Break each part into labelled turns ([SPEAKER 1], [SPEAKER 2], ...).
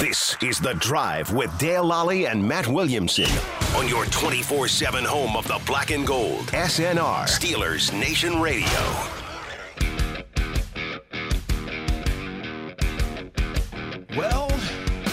[SPEAKER 1] This is The Drive with Dale Lally and Matt Williamson on your 24 7 home of the black and gold. SNR, Steelers Nation Radio.
[SPEAKER 2] Well,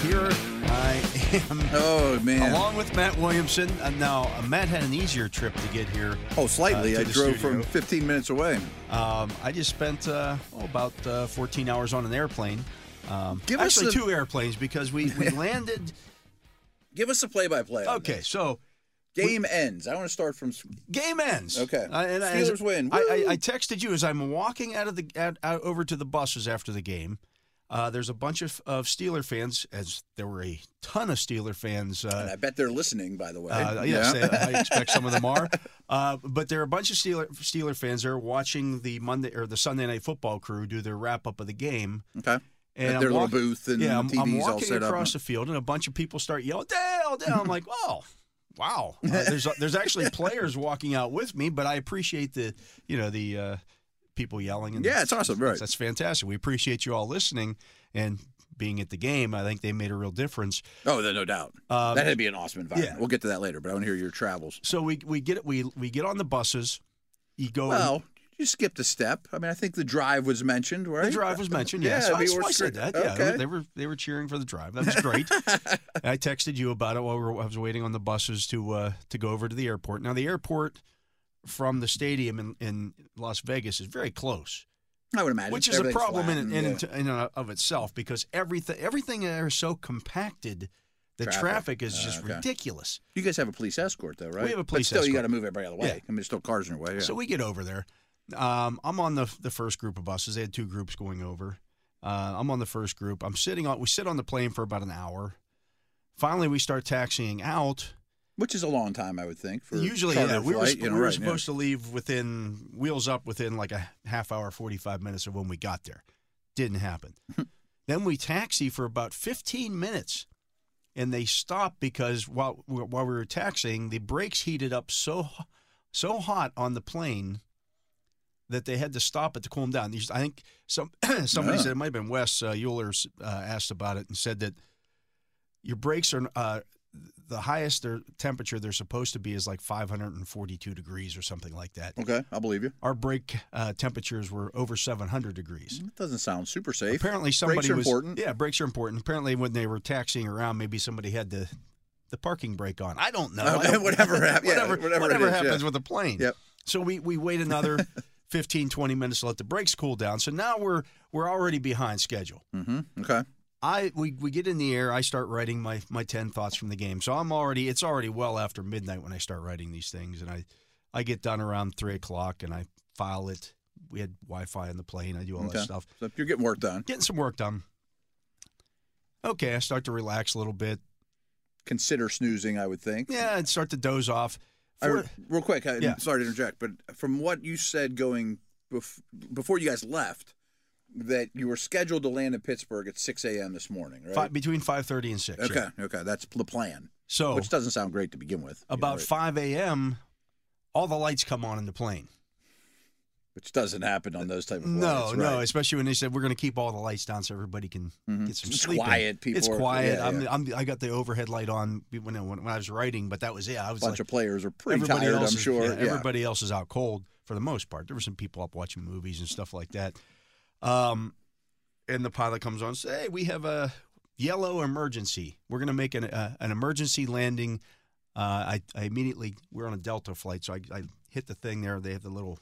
[SPEAKER 2] here I am.
[SPEAKER 3] Oh, man.
[SPEAKER 2] Along with Matt Williamson. Uh, Now, uh, Matt had an easier trip to get here.
[SPEAKER 3] Oh, slightly.
[SPEAKER 2] uh,
[SPEAKER 3] I
[SPEAKER 2] to the
[SPEAKER 3] drove
[SPEAKER 2] studio.
[SPEAKER 3] from 15 minutes away.
[SPEAKER 2] Um, I just spent uh, oh, about uh, 14 hours on an airplane. Um,
[SPEAKER 3] Give us
[SPEAKER 2] actually,
[SPEAKER 3] the-
[SPEAKER 2] two airplanes because we, we landed.
[SPEAKER 3] Give us a play-by-play. on
[SPEAKER 2] Okay,
[SPEAKER 3] this.
[SPEAKER 2] so
[SPEAKER 3] Game ends. I want to start from. s-
[SPEAKER 2] game ends.
[SPEAKER 3] Okay.
[SPEAKER 2] I, and I-
[SPEAKER 3] Steelers
[SPEAKER 2] as-
[SPEAKER 3] win.
[SPEAKER 2] I,
[SPEAKER 3] Woo!
[SPEAKER 2] I, I texted you as I'm walking out of the out, out over to the buses after the game. Uh, there's a bunch of, of Steeler fans, as there were a ton of Steeler fans.
[SPEAKER 3] And
[SPEAKER 2] Uh,
[SPEAKER 3] I bet they're listening, by the way.
[SPEAKER 2] uh, yes, I I expect some of them are. Uh, but there are a bunch of Steeler, Steeler fans there watching the Monday or the Sunday Night Football crew do their wrap up of the game.
[SPEAKER 3] okay.
[SPEAKER 2] And
[SPEAKER 3] At
[SPEAKER 2] I'm
[SPEAKER 3] their little
[SPEAKER 2] walk-
[SPEAKER 3] booth and
[SPEAKER 2] yeah, I'm, I'm
[SPEAKER 3] TVs all
[SPEAKER 2] walking
[SPEAKER 3] set up.
[SPEAKER 2] across the field, and a bunch of people start yelling, "Dale, Dale!" I'm like, "Oh, wow!" Uh, there's there's actually players walking out with me, but I appreciate the you know the uh, people yelling. And
[SPEAKER 3] Yeah, it's awesome, right.
[SPEAKER 2] That's fantastic. We appreciate you all listening and being at the game. I think they made a real difference.
[SPEAKER 3] Oh, no, no doubt.
[SPEAKER 2] Um,
[SPEAKER 3] that had to be an awesome environment.
[SPEAKER 2] yeah.
[SPEAKER 3] We'll get to that later, but I want to hear your travels.
[SPEAKER 2] So we we get we we get on the buses. You go.
[SPEAKER 3] Well, you skipped a step. I mean, I think the drive was mentioned, right?
[SPEAKER 2] The drive was mentioned,
[SPEAKER 3] Yeah,
[SPEAKER 2] yeah. so I,
[SPEAKER 3] we were
[SPEAKER 2] so I said
[SPEAKER 3] screwed.
[SPEAKER 2] that. Yeah,
[SPEAKER 3] Okay.
[SPEAKER 2] they were they were cheering for the drive. That was great. I texted you about it while we were, I was waiting on the buses to uh, to go over to the airport. Now the airport from the stadium in, in Las Vegas is very close,
[SPEAKER 3] I would imagine.
[SPEAKER 2] which is a
[SPEAKER 3] Everything's uh,
[SPEAKER 2] problem in
[SPEAKER 3] flattened,
[SPEAKER 2] in,
[SPEAKER 3] yeah.
[SPEAKER 2] in and of itself because everything everything there is so compacted. The
[SPEAKER 3] Traffic.
[SPEAKER 2] traffic, is
[SPEAKER 3] Uh,
[SPEAKER 2] just
[SPEAKER 3] okay.
[SPEAKER 2] ridiculous.
[SPEAKER 3] You guys have a police escort, though, right?
[SPEAKER 2] have a police
[SPEAKER 3] but still, you
[SPEAKER 2] escort.
[SPEAKER 3] got to move everybody out of the way.
[SPEAKER 2] Yeah.
[SPEAKER 3] I mean, there's still cars in your way. Yeah.
[SPEAKER 2] So we get over there. Um, I'm on the the first group of buses. They had two groups going over. Uh, I'm on the first group. I'm sitting on. We sit on the plane for about an hour. Finally, we start taxiing out.
[SPEAKER 3] Which is a long time, I would think. For
[SPEAKER 2] Usually,
[SPEAKER 3] charter
[SPEAKER 2] yeah, we were,
[SPEAKER 3] flight,
[SPEAKER 2] sp-
[SPEAKER 3] you know,
[SPEAKER 2] we were
[SPEAKER 3] right, yeah.
[SPEAKER 2] supposed to leave within wheels up within like a half hour, forty five minutes of when we got there. Didn't happen. then we taxi for about fifteen minutes, and they stopped because while while we were taxiing, the brakes heated up so so hot on the plane that they had to stop it to cool them down. These- I think some somebody
[SPEAKER 3] Yeah.
[SPEAKER 2] said it might have been Wes uh, Euler uh, asked about it and said that your brakes are uh, the highest their temperature they're supposed to be is like 542 degrees or something like that.
[SPEAKER 3] Okay, I'll believe you.
[SPEAKER 2] Our brake uh, temperatures were over 700 degrees.
[SPEAKER 3] That doesn't sound super safe.
[SPEAKER 2] Apparently, somebody
[SPEAKER 3] Brakes are
[SPEAKER 2] was
[SPEAKER 3] important.
[SPEAKER 2] yeah, brakes are important. Apparently, when they were taxiing around, maybe somebody had the the parking brake on. I don't know. I
[SPEAKER 3] Okay,
[SPEAKER 2] don't-
[SPEAKER 3] whatever hap- yeah,
[SPEAKER 2] whatever,
[SPEAKER 3] whatever it is,
[SPEAKER 2] happens
[SPEAKER 3] yeah.
[SPEAKER 2] with a plane.
[SPEAKER 3] Yep.
[SPEAKER 2] So we we wait another 15, 20 minutes to let the brakes cool down. So now we're we're already behind schedule.
[SPEAKER 3] hmm Okay.
[SPEAKER 2] I we, we get in the air. I start writing my my ten thoughts from the game. So I'm already it's already well after midnight when I start writing these things, and I I get done around three o'clock and I file it. We had Wi-Fi on the plane. I do all
[SPEAKER 3] Okay.
[SPEAKER 2] that stuff.
[SPEAKER 3] So you're getting work done.
[SPEAKER 2] Getting some work done. Okay, I start to relax a little bit.
[SPEAKER 3] Consider snoozing, I would think.
[SPEAKER 2] Yeah, and start to doze off.
[SPEAKER 3] I,
[SPEAKER 2] For-
[SPEAKER 3] real quick, I,
[SPEAKER 2] Yeah.
[SPEAKER 3] sorry to interject, but from what you said going bef- before you guys left, that you were scheduled to land in Pittsburgh at 6 a.m. this morning, right?
[SPEAKER 2] fi- between five thirty and six. yeah.
[SPEAKER 3] okay, okay, that's the plan,
[SPEAKER 2] So
[SPEAKER 3] which doesn't sound great to begin with. you know,
[SPEAKER 2] about
[SPEAKER 3] right?
[SPEAKER 2] five a.m., all the lights come on in the plane.
[SPEAKER 3] which doesn't happen on those type of
[SPEAKER 2] No,
[SPEAKER 3] flights,
[SPEAKER 2] no,
[SPEAKER 3] right?
[SPEAKER 2] especially when they said we're going to keep all the lights down so everybody can
[SPEAKER 3] Mhm.
[SPEAKER 2] get some
[SPEAKER 3] It's
[SPEAKER 2] sleep. in."
[SPEAKER 3] quiet, people
[SPEAKER 2] It's
[SPEAKER 3] are-
[SPEAKER 2] quiet.
[SPEAKER 3] yeah,
[SPEAKER 2] I'm,
[SPEAKER 3] yeah.
[SPEAKER 2] I'm, I got the overhead light on when I, when I was writing, but that was it. I
[SPEAKER 3] a
[SPEAKER 2] was
[SPEAKER 3] bunch
[SPEAKER 2] like,
[SPEAKER 3] of players are pretty
[SPEAKER 2] everybody
[SPEAKER 3] tired,
[SPEAKER 2] else
[SPEAKER 3] I'm
[SPEAKER 2] is,
[SPEAKER 3] sure.
[SPEAKER 2] yeah, everybody else is out cold for the most part. There were some people up watching movies and stuff like that. Um, and the pilot comes on, and says, "Hey, we have a yellow emergency. We're going to make an uh, an emergency landing." Uh, I, I immediately we're on a Delta flight, so I, I hit the thing there. They have the little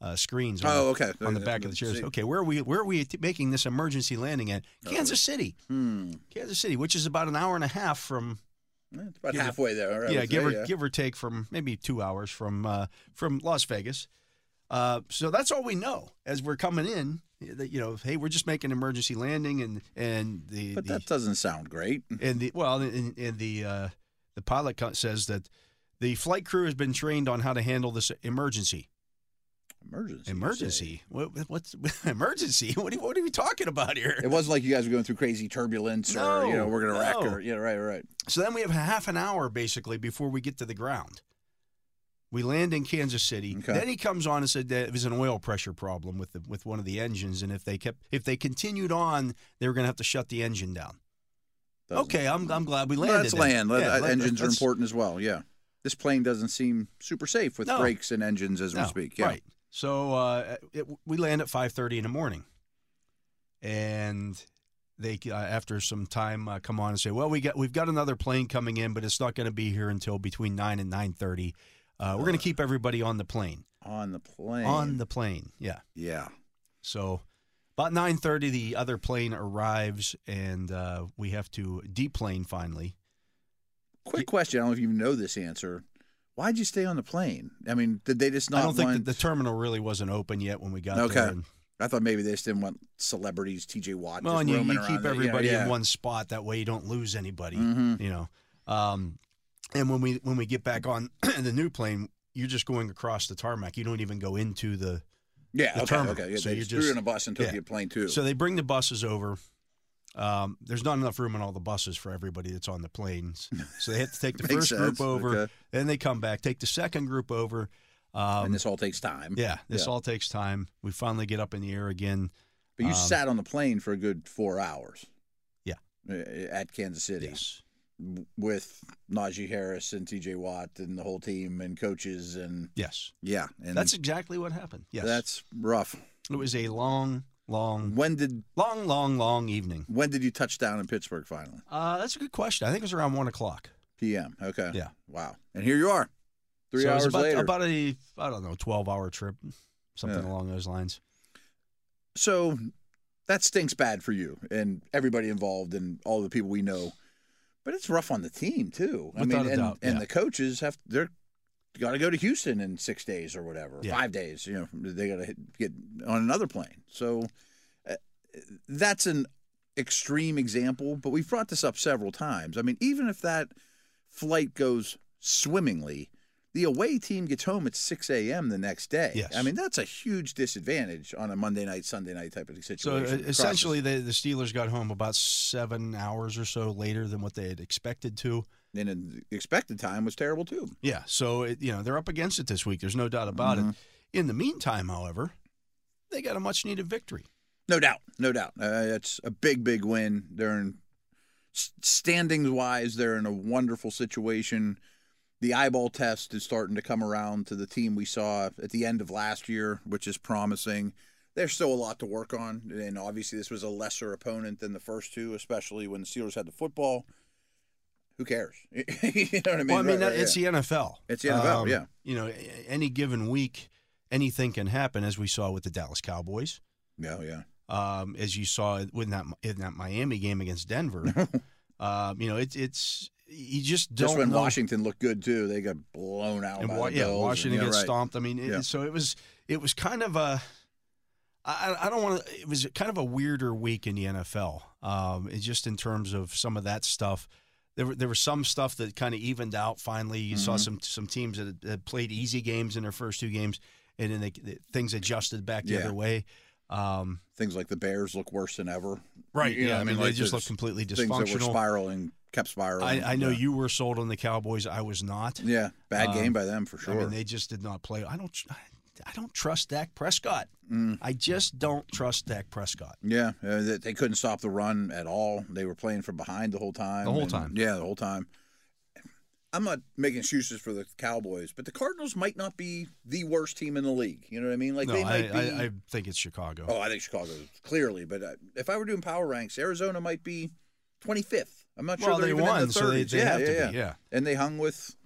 [SPEAKER 2] uh, screens. On
[SPEAKER 3] Oh,
[SPEAKER 2] the,
[SPEAKER 3] okay.
[SPEAKER 2] On the back of the chairs.
[SPEAKER 3] See. Oh,
[SPEAKER 2] Okay, where are we where are we t- making this emergency landing at? Kansas City,
[SPEAKER 3] Hmm.
[SPEAKER 2] Kansas City, which is about an hour and a half from
[SPEAKER 3] Yeah, It's about
[SPEAKER 2] Give or-
[SPEAKER 3] halfway there. all right, I
[SPEAKER 2] yeah,
[SPEAKER 3] would
[SPEAKER 2] give
[SPEAKER 3] say,
[SPEAKER 2] or give or take from maybe two hours from uh, from Las Vegas. Uh, so that's all we know as we're coming in. that, you know, hey, we're just making an emergency landing, and and the,
[SPEAKER 3] But
[SPEAKER 2] the
[SPEAKER 3] that doesn't sound great.
[SPEAKER 2] and the well, and, and the uh, the pilot co- says that the flight crew has been trained on how to handle this emergency.
[SPEAKER 3] Emergency. you
[SPEAKER 2] Emergency? What, what's emergency? What are, what are we talking about here?
[SPEAKER 3] say. It wasn't like you guys were going through crazy turbulence or, you know,
[SPEAKER 2] No,
[SPEAKER 3] we're going to wreck
[SPEAKER 2] no.
[SPEAKER 3] or, yeah, right, right.
[SPEAKER 2] So then we have half an hour basically before we get to the ground. We land in Kansas City.
[SPEAKER 3] Okay.
[SPEAKER 2] Then he comes on and said that it was an oil pressure problem with the, with one of the engines, and if they kept if they continued on, they were going to have to shut the engine down.
[SPEAKER 3] Doesn't-
[SPEAKER 2] Okay, I'm, I'm glad we
[SPEAKER 3] No,
[SPEAKER 2] landed.
[SPEAKER 3] Let's
[SPEAKER 2] then.
[SPEAKER 3] land. Let-
[SPEAKER 2] Yeah,
[SPEAKER 3] uh,
[SPEAKER 2] let-
[SPEAKER 3] engines are
[SPEAKER 2] let's-
[SPEAKER 3] important as well. Yeah. This plane doesn't seem super safe with
[SPEAKER 2] No.
[SPEAKER 3] brakes and engines as we
[SPEAKER 2] No,
[SPEAKER 3] speak. Yeah.
[SPEAKER 2] Right. So uh, it, we land at 5:30 in the morning, and they uh, after some time uh, come on and say, "Well, we got we've got another plane coming in, but it's not going to be here until between nine and 9:30. Uh, we're going to keep everybody on the plane.
[SPEAKER 3] On the plane.
[SPEAKER 2] On the plane, yeah.
[SPEAKER 3] Yeah.
[SPEAKER 2] So." About 9:30, the other plane arrives, and uh, we have to deplane finally.
[SPEAKER 3] Quick question. I don't know if you know this answer. Why'd you stay on the plane? I mean, did they just not
[SPEAKER 2] I don't think
[SPEAKER 3] want?
[SPEAKER 2] that the terminal really wasn't open yet when we got
[SPEAKER 3] Okay.
[SPEAKER 2] there. and-
[SPEAKER 3] I thought maybe they just didn't want celebrities, T.J. Watt,
[SPEAKER 2] Well,
[SPEAKER 3] just
[SPEAKER 2] and you,
[SPEAKER 3] roaming
[SPEAKER 2] you
[SPEAKER 3] around.
[SPEAKER 2] keep
[SPEAKER 3] Yeah,
[SPEAKER 2] everybody
[SPEAKER 3] yeah.
[SPEAKER 2] in one spot. That way, you don't lose anybody.
[SPEAKER 3] Mhm.
[SPEAKER 2] You know, um, and when we when we get back on the new plane, you're just going across the tarmac. You don't even go into the.
[SPEAKER 3] Yeah,
[SPEAKER 2] the
[SPEAKER 3] okay,
[SPEAKER 2] terminal.
[SPEAKER 3] okay. Yeah,
[SPEAKER 2] So
[SPEAKER 3] they
[SPEAKER 2] you
[SPEAKER 3] just threw you
[SPEAKER 2] just-
[SPEAKER 3] in a bus and took
[SPEAKER 2] yeah.
[SPEAKER 3] you a plane too.
[SPEAKER 2] So they bring the buses over. Um, there's not enough room on all the buses for everybody that's on the planes, so they have to take the
[SPEAKER 3] Makes
[SPEAKER 2] first group
[SPEAKER 3] sense,
[SPEAKER 2] over.
[SPEAKER 3] okay.
[SPEAKER 2] Then they come back, take the second group over. Um,
[SPEAKER 3] and this all takes time.
[SPEAKER 2] yeah, this
[SPEAKER 3] yeah.
[SPEAKER 2] all takes time. We finally get up in the air again.
[SPEAKER 3] But you
[SPEAKER 2] um,
[SPEAKER 3] sat on the plane for a good four hours.
[SPEAKER 2] Yeah.
[SPEAKER 3] uh, At Kansas City
[SPEAKER 2] Yes.
[SPEAKER 3] w- with Najee Harris and T.J. Watt and the whole team and coaches and
[SPEAKER 2] Yes.
[SPEAKER 3] yeah, and
[SPEAKER 2] That's exactly what happened. Yes. Um,
[SPEAKER 3] that's rough.
[SPEAKER 2] it was a long, long,
[SPEAKER 3] When did
[SPEAKER 2] Long, long, long evening.
[SPEAKER 3] when did you touch down in Pittsburgh finally?
[SPEAKER 2] Uh, that's a good question. I think it was around one o'clock.
[SPEAKER 3] P.M. Okay.
[SPEAKER 2] Yeah.
[SPEAKER 3] Wow. And here you are, three
[SPEAKER 2] So it was
[SPEAKER 3] hours
[SPEAKER 2] about,
[SPEAKER 3] later.
[SPEAKER 2] About a I don't know, twelve hour trip, something
[SPEAKER 3] Yeah.
[SPEAKER 2] along those lines.
[SPEAKER 3] so that stinks bad for you and everybody involved and all the people we know. But it's rough on the team too. I mean,
[SPEAKER 2] Without a
[SPEAKER 3] and,
[SPEAKER 2] doubt,
[SPEAKER 3] and
[SPEAKER 2] yeah.
[SPEAKER 3] the coaches have they're got to go to Houston in six days or whatever,
[SPEAKER 2] Yeah.
[SPEAKER 3] five days. You know, they got to get on another plane. So uh, that's an extreme example, but we've brought this up several times. I mean, even if that flight goes swimmingly, the away team gets home at 6 a.m. the next day.
[SPEAKER 2] Yes.
[SPEAKER 3] I mean, that's a huge disadvantage on a Monday night, Sunday night type of
[SPEAKER 2] So
[SPEAKER 3] situation.
[SPEAKER 2] uh, essentially, the, the Steelers got home about seven hours or so later than what they had expected to.
[SPEAKER 3] and in the expected time was terrible too.
[SPEAKER 2] Yeah. So it, you know they're up against it this week. There's no doubt about
[SPEAKER 3] Mm-hmm.
[SPEAKER 2] it. In the meantime, however, they got a much needed victory.
[SPEAKER 3] No doubt. No doubt. Uh, it's a big, big win. They're in s- standings wise, they're in a wonderful situation. The eyeball test is starting to come around to the team we saw at the end of last year, which is promising. There's still a lot to work on. And obviously, this was a lesser opponent than the first two, especially when the Steelers had the football. Who cares? you know what I mean?
[SPEAKER 2] well, I mean
[SPEAKER 3] Right, right,
[SPEAKER 2] it's e
[SPEAKER 3] yeah.
[SPEAKER 2] the NFL.
[SPEAKER 3] It's the NFL, yeah.
[SPEAKER 2] Um, You know, a- any given week, anything can happen, as we saw with the Dallas Cowboys.
[SPEAKER 3] Yeah, yeah.
[SPEAKER 2] um, as you saw in that in that Miami game against Denver. um, you know, it's it's you just don't
[SPEAKER 3] Just when
[SPEAKER 2] know.
[SPEAKER 3] Washington looked good, too, they got blown out.
[SPEAKER 2] and
[SPEAKER 3] by
[SPEAKER 2] Wa-
[SPEAKER 3] the
[SPEAKER 2] yeah,
[SPEAKER 3] Bills.
[SPEAKER 2] Washington
[SPEAKER 3] Yeah,
[SPEAKER 2] gets
[SPEAKER 3] right.
[SPEAKER 2] stomped. I mean, it,
[SPEAKER 3] Yeah.
[SPEAKER 2] so it was it was kind of a I, I I don't want to. It was kind of a weirder week in the NFL. Um, it's just in terms of some of that stuff. There, were, there was some stuff that kind of evened out finally. You
[SPEAKER 3] Mm-hmm.
[SPEAKER 2] saw some some teams that, had- that played easy games in their first two games, and then they, things adjusted back the
[SPEAKER 3] Yeah.
[SPEAKER 2] other way. Um,
[SPEAKER 3] things like the Bears look worse than ever.
[SPEAKER 2] Right.
[SPEAKER 3] You know,
[SPEAKER 2] yeah.
[SPEAKER 3] what
[SPEAKER 2] I mean, they just
[SPEAKER 3] there's
[SPEAKER 2] look completely
[SPEAKER 3] Things that were
[SPEAKER 2] dysfunctional.
[SPEAKER 3] spiraling, kept spiraling.
[SPEAKER 2] I, I know
[SPEAKER 3] yeah.
[SPEAKER 2] you were sold on the Cowboys. I was not.
[SPEAKER 3] Yeah, bad
[SPEAKER 2] Um,
[SPEAKER 3] game by them for
[SPEAKER 2] I
[SPEAKER 3] sure.
[SPEAKER 2] mean, they just did not play. I don't. tr- I don't trust Dak Prescott.
[SPEAKER 3] Mm.
[SPEAKER 2] I just don't trust Dak Prescott.
[SPEAKER 3] yeah, uh, they, they couldn't stop the run at all. They were playing from behind the whole time.
[SPEAKER 2] The whole
[SPEAKER 3] and-
[SPEAKER 2] time.
[SPEAKER 3] Yeah, the whole time. I'm not making excuses for the Cowboys, but the Cardinals might not be the worst team in the league. You know what I mean? Like
[SPEAKER 2] no,
[SPEAKER 3] they
[SPEAKER 2] I,
[SPEAKER 3] might be.
[SPEAKER 2] I, I think it's Chicago.
[SPEAKER 3] oh, I think Chicago clearly, but uh, if I were doing power ranks, Arizona might be 25th. I'm not sure
[SPEAKER 2] well,
[SPEAKER 3] they're
[SPEAKER 2] they
[SPEAKER 3] even in
[SPEAKER 2] won,
[SPEAKER 3] the 30s.
[SPEAKER 2] so they, they
[SPEAKER 3] yeah,
[SPEAKER 2] have
[SPEAKER 3] yeah,
[SPEAKER 2] to
[SPEAKER 3] yeah.
[SPEAKER 2] be. Yeah,
[SPEAKER 3] and they hung with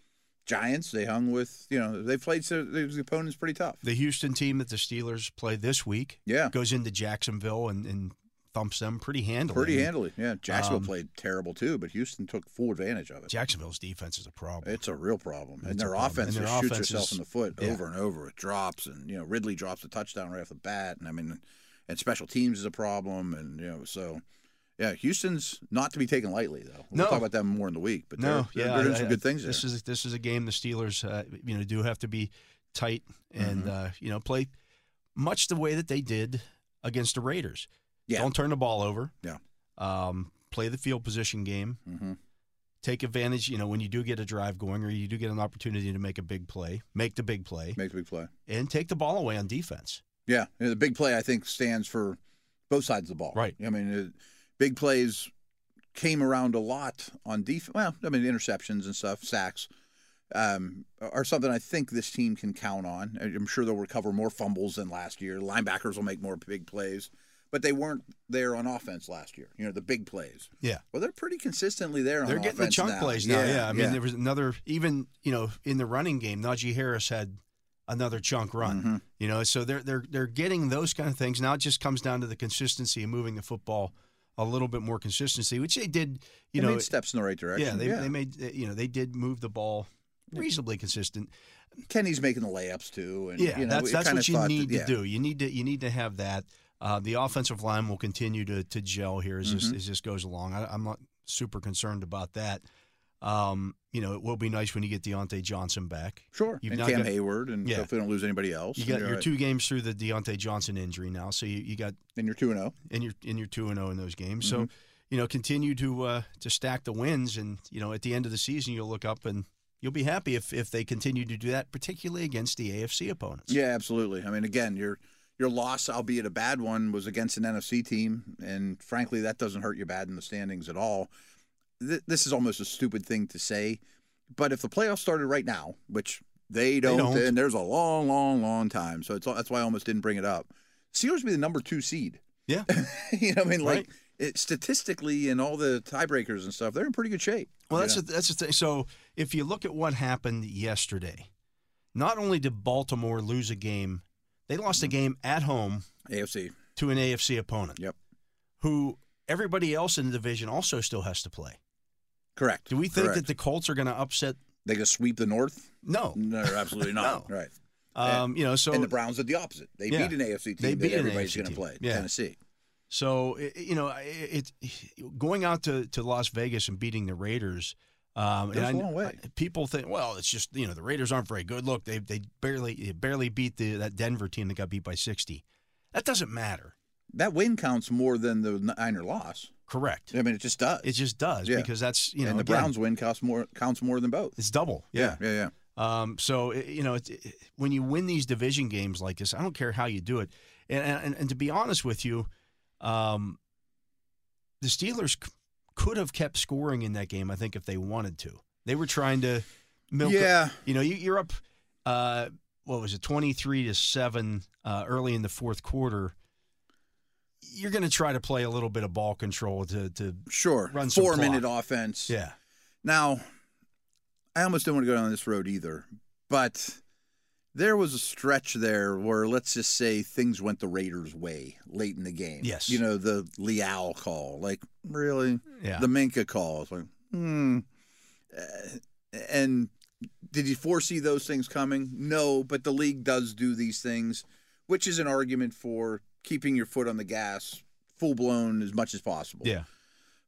[SPEAKER 3] giants. They hung with you know they played so the opponents pretty tough.
[SPEAKER 2] the Houston team that the Steelers play this week
[SPEAKER 3] Yeah,
[SPEAKER 2] goes into Jacksonville and, and thumps them pretty handily.
[SPEAKER 3] pretty
[SPEAKER 2] And
[SPEAKER 3] handily. Yeah, Jacksonville
[SPEAKER 2] Um,
[SPEAKER 3] played terrible too, but Houston took full advantage of it.
[SPEAKER 2] Jacksonville's defense is a problem.
[SPEAKER 3] It's a real problem, and
[SPEAKER 2] It's a
[SPEAKER 3] their
[SPEAKER 2] problem.
[SPEAKER 3] offense
[SPEAKER 2] And
[SPEAKER 3] just
[SPEAKER 2] their
[SPEAKER 3] shoots
[SPEAKER 2] offense
[SPEAKER 3] herself
[SPEAKER 2] is-
[SPEAKER 3] in the foot
[SPEAKER 2] yeah.
[SPEAKER 3] over and over. It drops, and you know Ridley drops a touchdown right off the bat, and I mean and special teams is a problem, and you know, so yeah, Houston's not to be taken lightly though. We'll
[SPEAKER 2] No.
[SPEAKER 3] talk about them more in the week, but
[SPEAKER 2] no,
[SPEAKER 3] they're,
[SPEAKER 2] yeah,
[SPEAKER 3] they're, they're doing
[SPEAKER 2] I-
[SPEAKER 3] some
[SPEAKER 2] I-
[SPEAKER 3] good things there.
[SPEAKER 2] This is this is a game the Steelers, uh, you know, do have to be tight and
[SPEAKER 3] Mm-hmm.
[SPEAKER 2] uh, you know play much the way that they did against the Raiders.
[SPEAKER 3] yeah,
[SPEAKER 2] Don't turn the ball over.
[SPEAKER 3] Yeah.
[SPEAKER 2] Um, play the field position game.
[SPEAKER 3] hmm
[SPEAKER 2] Take advantage, you know, when you do get a drive going or you do get an opportunity to make a big play, make the big play,
[SPEAKER 3] make the big play.
[SPEAKER 2] and take the ball away on defense.
[SPEAKER 3] Yeah, you know, the big play I think stands for both sides of the ball.
[SPEAKER 2] Right.
[SPEAKER 3] I mean, it, big plays came around a lot on defense. Well, I mean, interceptions and stuff, sacks, um, are something I think this team can count on. I- I'm sure they'll recover more fumbles than last year. Linebackers will make more big plays, but they weren't there on offense last year. You know, the big plays.
[SPEAKER 2] Yeah.
[SPEAKER 3] Well, they're pretty consistently there.
[SPEAKER 2] They're
[SPEAKER 3] on
[SPEAKER 2] getting the
[SPEAKER 3] offense
[SPEAKER 2] chunk
[SPEAKER 3] now.
[SPEAKER 2] plays now. Yeah. I mean,
[SPEAKER 3] yeah.
[SPEAKER 2] there was another, even, you know, in the running game, Najee Harris had another chunk run,
[SPEAKER 3] Mm-hmm.
[SPEAKER 2] you know, so they're, they're, they're getting those kind of things. Now it just comes down to the consistency and moving the football a little bit more consistency, which they did, you
[SPEAKER 3] They
[SPEAKER 2] know,
[SPEAKER 3] made steps in the right direction.
[SPEAKER 2] yeah, they, they made, you know, they did move the ball reasonably consistent.
[SPEAKER 3] Kenny's making the layups too, and
[SPEAKER 2] Yeah,
[SPEAKER 3] you know,
[SPEAKER 2] that's
[SPEAKER 3] we
[SPEAKER 2] that's
[SPEAKER 3] kinda
[SPEAKER 2] what you
[SPEAKER 3] thought
[SPEAKER 2] need
[SPEAKER 3] that, yeah.
[SPEAKER 2] to do. You need to you need to have that. Uh, the offensive line will continue to to gel here as
[SPEAKER 3] Mm-hmm.
[SPEAKER 2] this as this goes along. I, I'm not super concerned about that. Um, you know, it will be nice when you get Deontay Johnson back.
[SPEAKER 3] Sure.
[SPEAKER 2] You've
[SPEAKER 3] and
[SPEAKER 2] now
[SPEAKER 3] Cam
[SPEAKER 2] got-
[SPEAKER 3] Hayward, and
[SPEAKER 2] Yeah.
[SPEAKER 3] so if we don't lose anybody else,
[SPEAKER 2] You got
[SPEAKER 3] you're
[SPEAKER 2] your
[SPEAKER 3] right.
[SPEAKER 2] two games through the Deontay Johnson injury now, so you, you got
[SPEAKER 3] and you're two and oh. zero.
[SPEAKER 2] in your in your two and zero in those games. So,
[SPEAKER 3] Mm-hmm.
[SPEAKER 2] you know, continue to uh, to stack the wins, and you know, at the end of the season, you'll look up and you'll be happy if if they continue to do that, particularly against the AFC opponents.
[SPEAKER 3] Yeah, absolutely. I mean, again, your your loss, albeit a bad one, was against an NFC team, and frankly, that doesn't hurt you bad in the standings at all. Th- this is almost a stupid thing to say, but if the playoffs started right now, which they don't,
[SPEAKER 2] don't.
[SPEAKER 3] and there's a long, long, long time, so it's that's why I almost didn't bring it up. Steelers would be the number two seed.
[SPEAKER 2] Yeah.
[SPEAKER 3] you know, what I mean, like
[SPEAKER 2] Right.
[SPEAKER 3] it, statistically, and all the tiebreakers and stuff, they're in pretty good shape.
[SPEAKER 2] Well,
[SPEAKER 3] you
[SPEAKER 2] that's
[SPEAKER 3] know?
[SPEAKER 2] the that's the thing. So if you look at what happened yesterday, not only did Baltimore lose a game, they lost a game at home
[SPEAKER 3] AFC.
[SPEAKER 2] to an AFC opponent.
[SPEAKER 3] Mm-hmm. Yep.
[SPEAKER 2] Who everybody else in the division also still has to play.
[SPEAKER 3] Correct.
[SPEAKER 2] Do we think
[SPEAKER 3] Correct.
[SPEAKER 2] that the Colts are going to upset?
[SPEAKER 3] they can sweep the North?
[SPEAKER 2] No.
[SPEAKER 3] No, absolutely not.
[SPEAKER 2] No.
[SPEAKER 3] Right.
[SPEAKER 2] Um, you know, so
[SPEAKER 3] and the Browns did the opposite. They
[SPEAKER 2] Yeah.
[SPEAKER 3] beat an AFC team
[SPEAKER 2] They
[SPEAKER 3] that
[SPEAKER 2] beat an
[SPEAKER 3] everybody's
[SPEAKER 2] AFC
[SPEAKER 3] going to
[SPEAKER 2] team.
[SPEAKER 3] play.
[SPEAKER 2] Yeah.
[SPEAKER 3] Tennessee.
[SPEAKER 2] So i- i- you know, i- it, it going out to, to Las Vegas and beating the Raiders. Um, and
[SPEAKER 3] That's a
[SPEAKER 2] I-
[SPEAKER 3] long way.
[SPEAKER 2] I- people think, well, it's just you know the Raiders aren't very good. Look, they they barely they barely beat the that Denver team that got beat by sixty. That doesn't matter.
[SPEAKER 3] That win counts more than the Niner loss.
[SPEAKER 2] Correct.
[SPEAKER 3] I mean, it just does.
[SPEAKER 2] It just does
[SPEAKER 3] Yeah.
[SPEAKER 2] because that's you know
[SPEAKER 3] and the
[SPEAKER 2] again,
[SPEAKER 3] Browns win counts more counts more than both.
[SPEAKER 2] It's double.
[SPEAKER 3] yeah, yeah. yeah.
[SPEAKER 2] Um, so it- you know, it, it, when you win these division games like this, I don't care how you do it. And and, and to be honest with you, um, the Steelers c- could have kept scoring in that game. I think if they wanted to, they were trying to milk. it.
[SPEAKER 3] Yeah.
[SPEAKER 2] you know, you, you're up. Uh, what was it, twenty three to seven uh, early in the fourth quarter? You're going to try to play a little bit of ball control to to
[SPEAKER 3] Sure.
[SPEAKER 2] Run some
[SPEAKER 3] Four minute
[SPEAKER 2] clock.
[SPEAKER 3] offense.
[SPEAKER 2] yeah.
[SPEAKER 3] Now, I almost didn't want to go down this road either, but there was a stretch there where let's just say things went the Raiders' way late in the game.
[SPEAKER 2] Yes.
[SPEAKER 3] you know the Leal call, like really,
[SPEAKER 2] Yeah.
[SPEAKER 3] the Minka call, it's like hmm, Uh, and did you foresee those things coming? No, but the league does do these things, which is an argument for keeping your foot on the gas, full blown as much as possible.
[SPEAKER 2] Yeah.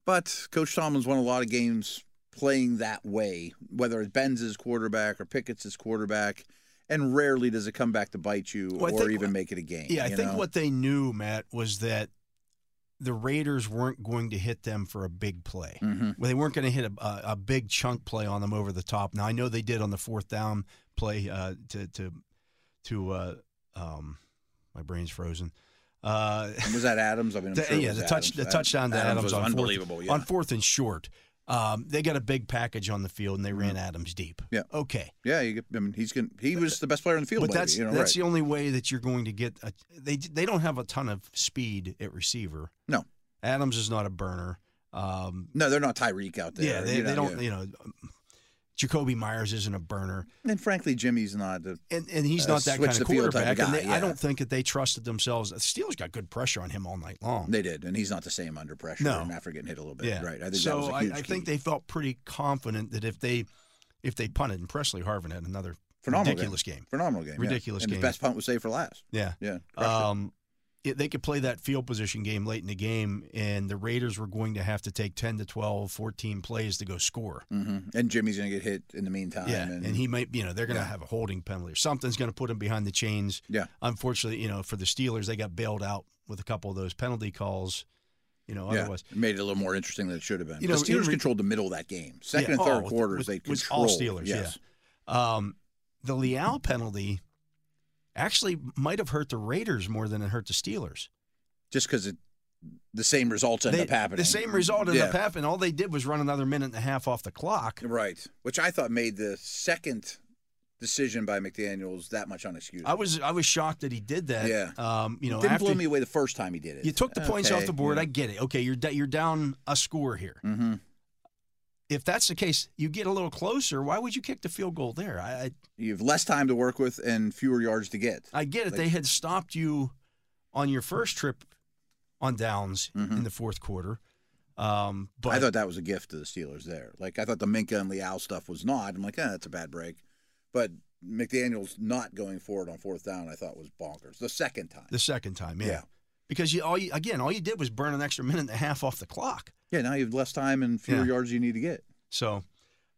[SPEAKER 3] But Coach Tomlin's won a lot of games playing that way, whether it's Benz as quarterback or Pickett's as quarterback, and rarely does it come back to bite you
[SPEAKER 2] Well, I
[SPEAKER 3] or
[SPEAKER 2] think-
[SPEAKER 3] even make it a game.
[SPEAKER 2] Yeah, I
[SPEAKER 3] you
[SPEAKER 2] think
[SPEAKER 3] know?
[SPEAKER 2] what they knew, Matt, was that the Raiders weren't going to hit them for a big play.
[SPEAKER 3] Mm-hmm.
[SPEAKER 2] Well, they weren't going to hit a, a, a big chunk play on them over the top. Now I know they did on the fourth down play uh, to to to uh, um, my brain's frozen. Uh,
[SPEAKER 3] was that Adams. I mean, I'm
[SPEAKER 2] the-
[SPEAKER 3] sure it
[SPEAKER 2] yeah,
[SPEAKER 3] was
[SPEAKER 2] the
[SPEAKER 3] Adams.
[SPEAKER 2] touch the
[SPEAKER 3] Ad-
[SPEAKER 2] touchdown to Adams,
[SPEAKER 3] was
[SPEAKER 2] on
[SPEAKER 3] unbelievable.
[SPEAKER 2] fourth,
[SPEAKER 3] yeah.
[SPEAKER 2] on fourth and short. Um, they got a big package on the field and they ran Adams deep.
[SPEAKER 3] Mm-hmm. Yeah.
[SPEAKER 2] Okay.
[SPEAKER 3] yeah, you, get- I mean, he's going he was the best player on the field.
[SPEAKER 2] But
[SPEAKER 3] maybe,
[SPEAKER 2] that's
[SPEAKER 3] you know,
[SPEAKER 2] that's
[SPEAKER 3] right.
[SPEAKER 2] the only way that you're going to get. A, they they don't have a ton of speed at receiver.
[SPEAKER 3] No.
[SPEAKER 2] Adams is not a burner. Um,
[SPEAKER 3] no, they're not Tyreek out there.
[SPEAKER 2] yeah, they,
[SPEAKER 3] you know,
[SPEAKER 2] they don't.
[SPEAKER 3] yeah.
[SPEAKER 2] You know, Jacoby Myers isn't a burner,
[SPEAKER 3] And frankly, Jimmy's not. The,
[SPEAKER 2] and and he's
[SPEAKER 3] Uh,
[SPEAKER 2] not that
[SPEAKER 3] switch
[SPEAKER 2] kind of
[SPEAKER 3] the field type
[SPEAKER 2] quarterback.
[SPEAKER 3] of
[SPEAKER 2] and
[SPEAKER 3] guy,
[SPEAKER 2] they,
[SPEAKER 3] yeah.
[SPEAKER 2] I don't think that they trusted themselves. The Steelers got good pressure on him all night long.
[SPEAKER 3] they did, and he's not the same under pressure.
[SPEAKER 2] No.
[SPEAKER 3] and after getting hit a little bit.
[SPEAKER 2] yeah,
[SPEAKER 3] right. I think
[SPEAKER 2] so.
[SPEAKER 3] that was a
[SPEAKER 2] I,
[SPEAKER 3] huge
[SPEAKER 2] I
[SPEAKER 3] key.
[SPEAKER 2] think they felt pretty confident that if they if they punted, and Presley Harvin had another
[SPEAKER 3] phenomenal
[SPEAKER 2] ridiculous game.
[SPEAKER 3] Phenomenal game. yeah.
[SPEAKER 2] Ridiculous
[SPEAKER 3] And
[SPEAKER 2] game.
[SPEAKER 3] the best punt was saved for last.
[SPEAKER 2] Yeah.
[SPEAKER 3] Yeah. crushed it.
[SPEAKER 2] Um, it, they could play that field position game late in the game, and the Raiders were going to have to take 10 to 12, 14 plays to go score.
[SPEAKER 3] Mhm. And Jimmy's going to get hit in the meantime.
[SPEAKER 2] Yeah,
[SPEAKER 3] and,
[SPEAKER 2] and, he might, you know, they're going to
[SPEAKER 3] Yeah.
[SPEAKER 2] have a holding penalty or something's going to put him behind the chains.
[SPEAKER 3] Yeah.
[SPEAKER 2] Unfortunately, you know, for the Steelers, they got bailed out with a couple of those penalty calls. You know,
[SPEAKER 3] yeah,
[SPEAKER 2] otherwise,
[SPEAKER 3] it made it a little more interesting than it should have been.
[SPEAKER 2] You
[SPEAKER 3] the
[SPEAKER 2] know,
[SPEAKER 3] Steelers
[SPEAKER 2] in re-
[SPEAKER 3] controlled the middle of that game. Second and
[SPEAKER 2] Yeah.
[SPEAKER 3] third
[SPEAKER 2] Oh,
[SPEAKER 3] quarters,
[SPEAKER 2] with-
[SPEAKER 3] they
[SPEAKER 2] with
[SPEAKER 3] controlled.
[SPEAKER 2] all Steelers, yeah.
[SPEAKER 3] Yes.
[SPEAKER 2] um, the Leal penalty actually might have hurt the Raiders more than it hurt the Steelers.
[SPEAKER 3] Just because the same results end
[SPEAKER 2] They-
[SPEAKER 3] up happening.
[SPEAKER 2] The same result ended
[SPEAKER 3] yeah.
[SPEAKER 2] up happening. All they did was run another minute and a half off the clock.
[SPEAKER 3] Right. Which I thought made the second decision by McDaniels that much unexcusable.
[SPEAKER 2] I was I was shocked that he did that.
[SPEAKER 3] Yeah.
[SPEAKER 2] Um, you know,
[SPEAKER 3] Didn't
[SPEAKER 2] after
[SPEAKER 3] blow me away the first time he did it.
[SPEAKER 2] you took the points off
[SPEAKER 3] Okay,
[SPEAKER 2] the board,
[SPEAKER 3] yeah.
[SPEAKER 2] I get it. Okay, you're da- you're down a score here.
[SPEAKER 3] hmm
[SPEAKER 2] If that's the case, you get a little closer. Why would you kick the field goal there? I I,
[SPEAKER 3] You have less time to work with and fewer yards to get.
[SPEAKER 2] I get it.
[SPEAKER 3] Like-
[SPEAKER 2] they had stopped you on your first trip on downs in the fourth quarter. Um, but
[SPEAKER 3] Mm-hmm. I thought that was a gift to the Steelers there. Like I thought the Minka and Leal stuff was not. I'm like, eh, that's a bad break. But McDaniel's not going forward on fourth down. I thought was bonkers. The second time.
[SPEAKER 2] the second time, yeah.
[SPEAKER 3] Yeah.
[SPEAKER 2] Because you all you, again, all you did was burn an extra minute and a half off the clock.
[SPEAKER 3] yeah. Now you have less time and fewer
[SPEAKER 2] Yeah.
[SPEAKER 3] yards you need to get.
[SPEAKER 2] So,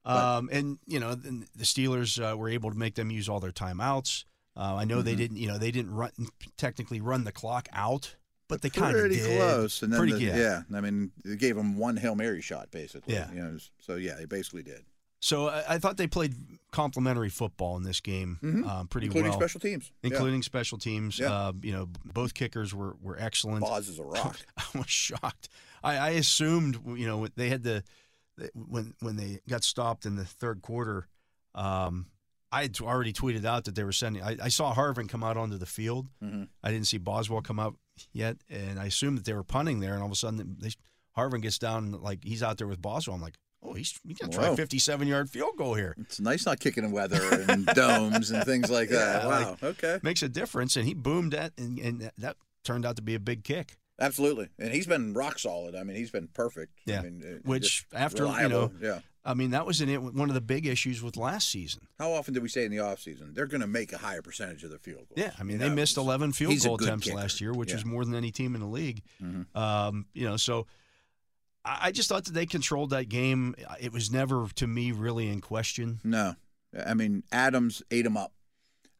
[SPEAKER 2] um, and you know, th- the Steelers uh, were able to make them use all their timeouts. Uh, I know
[SPEAKER 3] Mm-hmm.
[SPEAKER 2] they didn't, you know, they didn't run technically run the clock out, but they kind of
[SPEAKER 3] pretty
[SPEAKER 2] did.
[SPEAKER 3] close. And then
[SPEAKER 2] pretty
[SPEAKER 3] the-
[SPEAKER 2] yeah.
[SPEAKER 3] yeah. I mean, they gave him one hail mary shot basically.
[SPEAKER 2] Yeah.
[SPEAKER 3] You know, so yeah, they basically did,
[SPEAKER 2] So I, I thought they played complimentary football in this game, um, pretty
[SPEAKER 3] Mm-hmm. including
[SPEAKER 2] well,
[SPEAKER 3] special teams, Yeah.
[SPEAKER 2] including special teams.
[SPEAKER 3] Yeah.
[SPEAKER 2] Uh, you know, b- both kickers were were excellent.
[SPEAKER 3] Boz is a rock.
[SPEAKER 2] I was shocked. I, I assumed, you know, they had the when when they got stopped in the third quarter. Um, I had already tweeted out that they were sending. I, I saw Harvin come out onto the field. I didn't see Boswell come out yet, and I assumed that they were punting there. And all of a sudden, they, Harvin gets down like he's out there with Boswell. I'm like, oh, he's he's gonna try
[SPEAKER 3] Wow.
[SPEAKER 2] a 57 yard field goal here.
[SPEAKER 3] It's nice not kicking in weather and domes and things like that.
[SPEAKER 2] Yeah,
[SPEAKER 3] wow.
[SPEAKER 2] like-
[SPEAKER 3] okay.
[SPEAKER 2] Makes a difference, and he boomed that, and, and that, that turned out to be a big kick.
[SPEAKER 3] Absolutely. And he's been rock solid. I mean, he's been perfect.
[SPEAKER 2] Yeah.
[SPEAKER 3] I mean, uh,
[SPEAKER 2] Which
[SPEAKER 3] just
[SPEAKER 2] after, you know-
[SPEAKER 3] reliable. yeah.
[SPEAKER 2] I mean, that was an, one of the big issues with last season.
[SPEAKER 3] How often do we say in the offseason they're going to make a higher percentage of their field goals?
[SPEAKER 2] Yeah, I mean
[SPEAKER 3] You
[SPEAKER 2] they
[SPEAKER 3] know,
[SPEAKER 2] missed
[SPEAKER 3] it's-
[SPEAKER 2] 11 field
[SPEAKER 3] he's a
[SPEAKER 2] goal
[SPEAKER 3] good
[SPEAKER 2] attempts
[SPEAKER 3] kicker.
[SPEAKER 2] last year, which
[SPEAKER 3] Yeah. Mm-hmm.
[SPEAKER 2] was more than any team in the league. Um, you know, so I, I just thought that they controlled that game. It was never to me really in question.
[SPEAKER 3] No, I mean Adams ate him up,